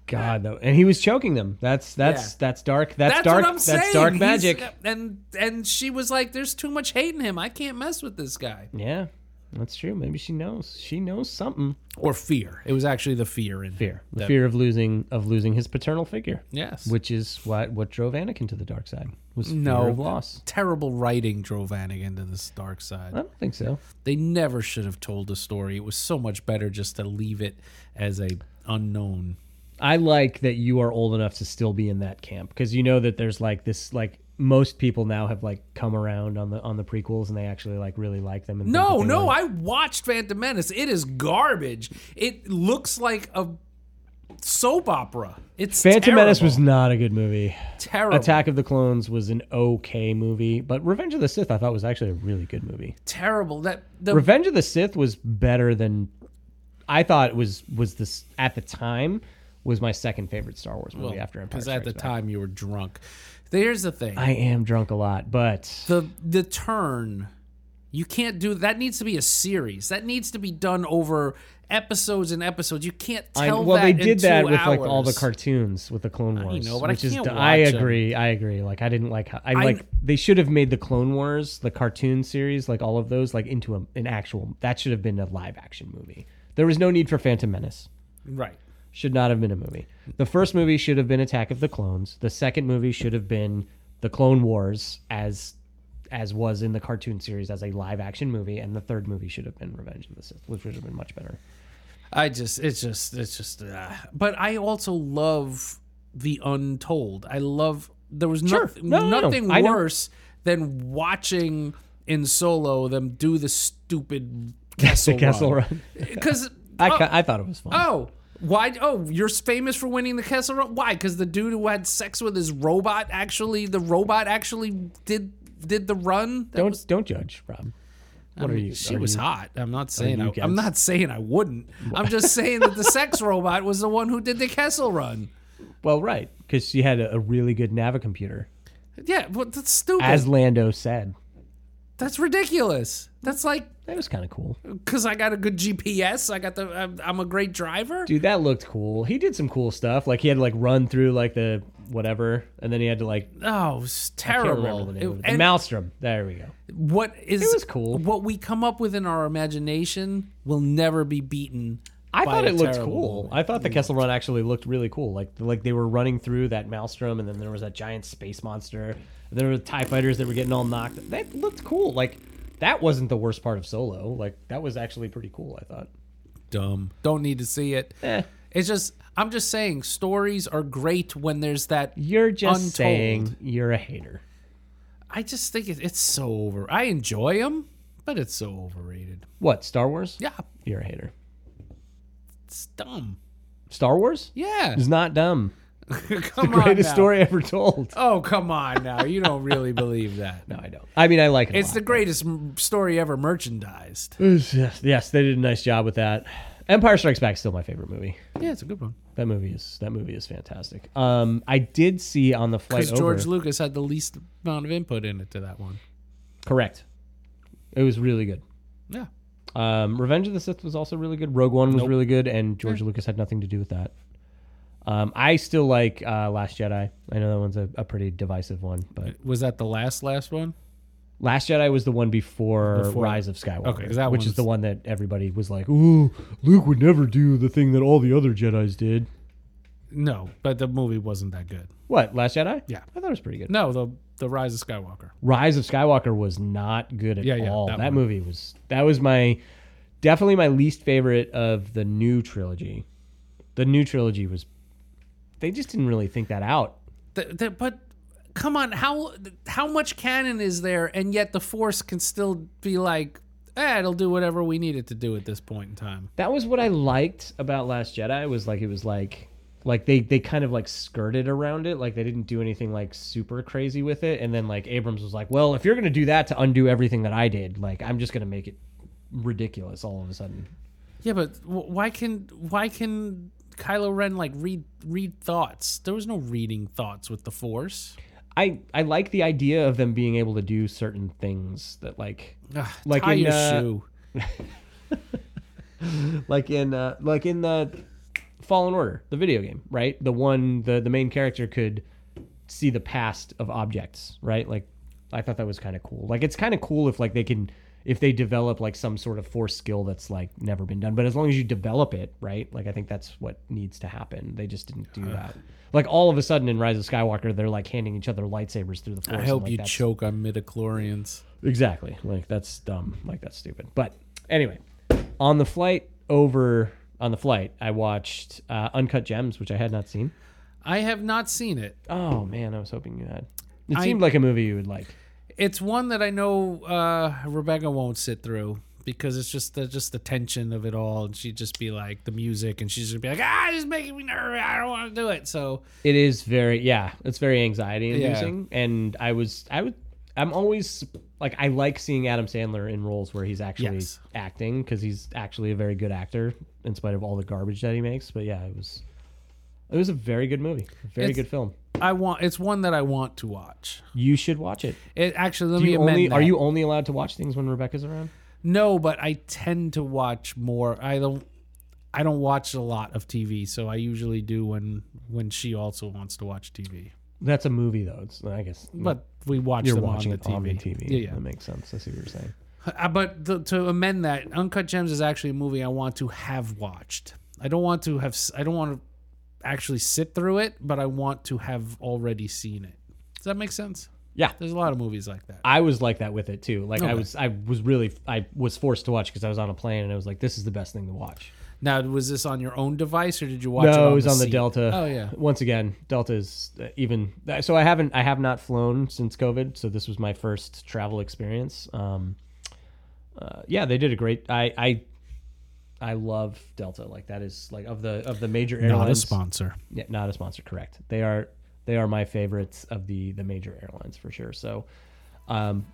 C: God, though, and he was choking them. That's that's
B: Yeah.
C: that's dark. That's,
B: That's
C: dark.
B: what I'm saying.
C: that's dark
B: He's-
C: magic.
B: and and she was like, "There's too much hate in him. I can't mess with this guy."
C: yeah, that's true. Maybe she knows. She knows something.
B: Or fear. It was actually the fear in
C: Fear, the
B: That-
C: fear of losing of losing his paternal figure.
B: Yes.
C: which is what what drove Anakin to the dark side was fear
B: No.
C: of loss.
B: Terrible writing drove Anakin to this dark side.
C: I don't think so.
B: They never should have told the story. It was so much better just to leave it as a unknown.
C: I like that you are old enough to still be in that camp because you know that there's like this like most people now have like come around on the on the prequels and they actually like really like them. And think
B: No,
C: that they
B: no,
C: were-
B: I watched Phantom Menace. It is garbage. It looks like a soap opera. It's
C: Phantom Menace was
B: terrible.
C: not a good movie.
B: terrible.
C: Attack of the Clones was an okay movie, but Revenge of the Sith I thought was actually a really good movie.
B: Terrible. That the
C: Revenge of the Sith was better than I thought it was was this at the time was my second favorite Star Wars movie after Empire
B: because at the
C: Strikes Back.
B: time you were drunk. Here's the thing.
C: I am drunk a lot, but
B: the the turn you can't do that needs to be a series that needs to be done over episodes and episodes you can't
C: I,
B: tell
C: well,
B: that
C: they
B: in
C: did that
B: two
C: with like all the
B: hours.
C: cartoons with the Clone Wars,
B: know, but I
C: which is
B: can't
C: d- I
B: watch 'em.
C: agree, I agree. Like I didn't like how I, like they should have made the Clone Wars, the cartoon series, like all of those, like into a, an actual. That should have been a live action movie. There was no need for Phantom Menace.
B: right
C: Should not have been a movie. The first movie should have been Attack of the Clones. The second movie should have been the Clone Wars, as as was in the cartoon series as a live action movie, and the third movie should have been Revenge of the Sith, which would have been much better.
B: I just, it's just, it's just. Uh, but I also love the untold. I love. There was
C: Sure.
B: nothing,
C: No, no, no.
B: nothing
C: I know.
B: worse than watching in solo them do the stupid castle,
C: Castle
B: run. Because
C: I,
B: oh,
C: ca- I thought it was fun.
B: oh, why? Oh, you're famous for winning the castle run. Why? Because the dude who had sex with his robot actually, the robot actually did did the run. That
C: don't
B: was-
C: don't judge, Rob. What are you?
B: She
C: are
B: was
C: you-
B: hot. I'm not saying
C: you
B: I, I'm
C: against-
B: not saying I wouldn't. I'm just saying that the sex robot was the one who did the Kessel run.
C: Well, right, because she had a, a really good Nava computer,
B: Yeah, but that's stupid.
C: as Lando said.
B: that's ridiculous. That's like
C: That was kind of cool,
B: because I got a good GPS. I got the. I'm, I'm a great driver.
C: dude. That looked cool. He did some cool stuff. Like he had to like run through like the whatever, and then he had to like
B: Oh, it's
C: I can't
B: terrible.
C: remember the name of it. The
B: and
C: Maelstrom. There we go.
B: what is
C: It was cool.
B: What we come up with in our imagination will never be beaten.
C: I
B: by
C: thought
B: a
C: it looked
B: terrible
C: cool.
B: movie.
C: I thought the Kessel Run actually looked really cool. Like like they were running through that Maelstrom, and then there was that giant space monster. And there were Tie fighters that were getting all knocked. That looked cool. Like that wasn't the worst part of Solo. Like that was actually pretty cool. I thought.
B: dumb. Don't need to see it.
C: Eh.
B: It's just I'm just saying stories are great when there's that
C: You're just
B: untold.
C: saying you're a hater.
B: I just think it, it's so over. I enjoy them, but it's so overrated.
C: What Star Wars?
B: Yeah,
C: You're a hater.
B: it's dumb.
C: Star Wars
B: Yeah,
C: is not dumb.
B: come
C: the
B: on now.
C: greatest story ever told.
B: Oh, come on now. You don't really believe that.
C: No, I don't. I mean, I like it. a
B: It's the
C: lot.
B: greatest m- story ever merchandised.
C: yes, yes, they did a nice job with that. Empire Strikes Back is still my favorite movie.
B: Yeah, it's a good one.
C: That movie is that movie is fantastic. Um, I did see on the flight
B: Because
C: over.
B: George Lucas had the least amount of input in it to that one.
C: correct. It was really good.
B: Yeah.
C: Um, Revenge of the Sith was also really good. Rogue One was really good, and George Lucas had nothing to do with that. Um, I still like uh, Last Jedi. I know that one's a, a pretty divisive one, but
B: Was that the last, last one?
C: Last Jedi was the one before,
B: Before-
C: Rise of Skywalker,
B: Okay, 'cause that
C: which is
B: one's-
C: the one that everybody was like, "Ooh, Luke would never do the thing that all the other Jedi's did."
B: No, but the movie wasn't that good.
C: What Last Jedi?
B: Yeah.
C: I thought it was pretty good.
B: No, the the Rise of Skywalker.
C: Rise of Skywalker was not good at
B: Yeah, yeah,
C: all.
B: that
C: That,
B: one.
C: movie was that was my definitely my least favorite of the new trilogy. The new trilogy was they just didn't really think that out.
B: The, the, but come on, how how much canon is there, and yet the Force can still be like, eh, it'll do whatever we need it to do at this point in time.
C: That was what I liked about Last Jedi was like it was like like they they kind of like skirted around it, like they didn't do anything like super crazy with it. And then like Abrams was like, "Well, if you're going to do that to undo everything that I did, like I'm just going to make it ridiculous all of a sudden."
B: Yeah, but wh- why can why can Kylo Ren like read read thoughts? There was no reading thoughts with the Force.
C: I I like the idea of them being able to do certain things that like
B: Ugh,
C: Like
B: tie
C: in,
B: your
C: uh,
B: shoe.
C: like in uh, like in the Fallen Order, the video game, right? The one the the main character could see the past of objects, right? Like I thought that was kind of cool. Like it's kind of cool if like they can if they develop like some sort of force skill that's like never been done, but as long as you develop it, right? Like I think that's what needs to happen. They just didn't
B: Uh.
C: do that. Like all of a sudden in Rise of Skywalker, they're like handing each other lightsabers through the force.
B: I
C: and,
B: hope
C: like,
B: you
C: that's-
B: choke on midichlorians.
C: Exactly. Like that's dumb. Like that's stupid. But anyway, on the flight over on the flight, I watched uh, Uncut Gems, which I had not seen.
B: I have not seen it.
C: Oh man, I was hoping you had. It
B: I-
C: seemed like a movie you would like.
B: It's one that I know uh, Rebecca won't sit through because it's just the just the tension of it all, and she'd just be like the music, and she's just be like, ah, it's making me nervous. I don't want to do it. So
C: It is very yeah, it's very anxiety inducing. And I was I would I'm always like I like seeing Adam Sandler in roles where he's actually
B: Yes.
C: acting because he's actually a very good actor in spite of all the garbage that he makes. But yeah, it was it was a very good movie, a very
B: It's-
C: good film.
B: I want it's one that I want to watch.
C: You should watch it.
B: It actually let
C: Do
B: me
C: you
B: amend
C: only, are
B: that.
C: you only allowed to watch things when Rebecca's around?
B: No, but I tend to watch more. I don't. I don't watch a lot of TV, so I usually do when when she also wants to watch TV.
C: That's a movie though. It's, I guess.
B: But we watch
C: Mm. you're
B: them
C: watching
B: on
C: it
B: the TV.
C: on the TV.
B: Yeah, yeah.
C: That makes sense. I see what you're saying.
B: Uh, but to, to amend that, Uncut Gems is actually a movie I want to have watched. I don't want to have. s- I don't want to actually sit through it, but I want to have already seen it. Does that make sense?
C: Yeah.
B: There's a lot of movies like that.
C: I was like that with it too. Like
B: Okay.
C: I was, I was really, I was forced to watch because I was on a plane and I was like, this is the best thing to watch.
B: Now, was this on your own device or did you watch? it
C: no,
B: on
C: it was on the
B: seat?
C: Delta.
B: Oh yeah.
C: Once again, Delta is uh, even. So I haven't, I have not flown since COVID. So this was my first travel experience. Um, uh, yeah, they did a great. I, I, I love Delta. Like that is like of the of the major airlines.
B: Not a sponsor.
C: Yeah, not a sponsor. Correct. They are they are my favorites of the the major airlines for sure. So, um,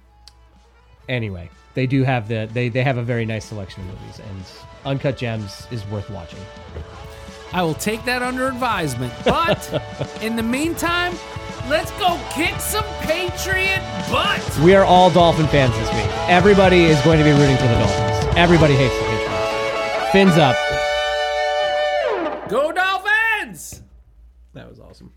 C: anyway, they do have the they they have a very nice selection of movies, and Uncut Gems is worth watching.
B: I will take that under advisement. But in the meantime, let's go kick some Patriot butt.
C: We are all Dolphin fans this week. Everybody is going to be rooting for the Dolphins. Everybody hates the Patriots. Fins up.
B: Go Dolphins!
C: That was awesome.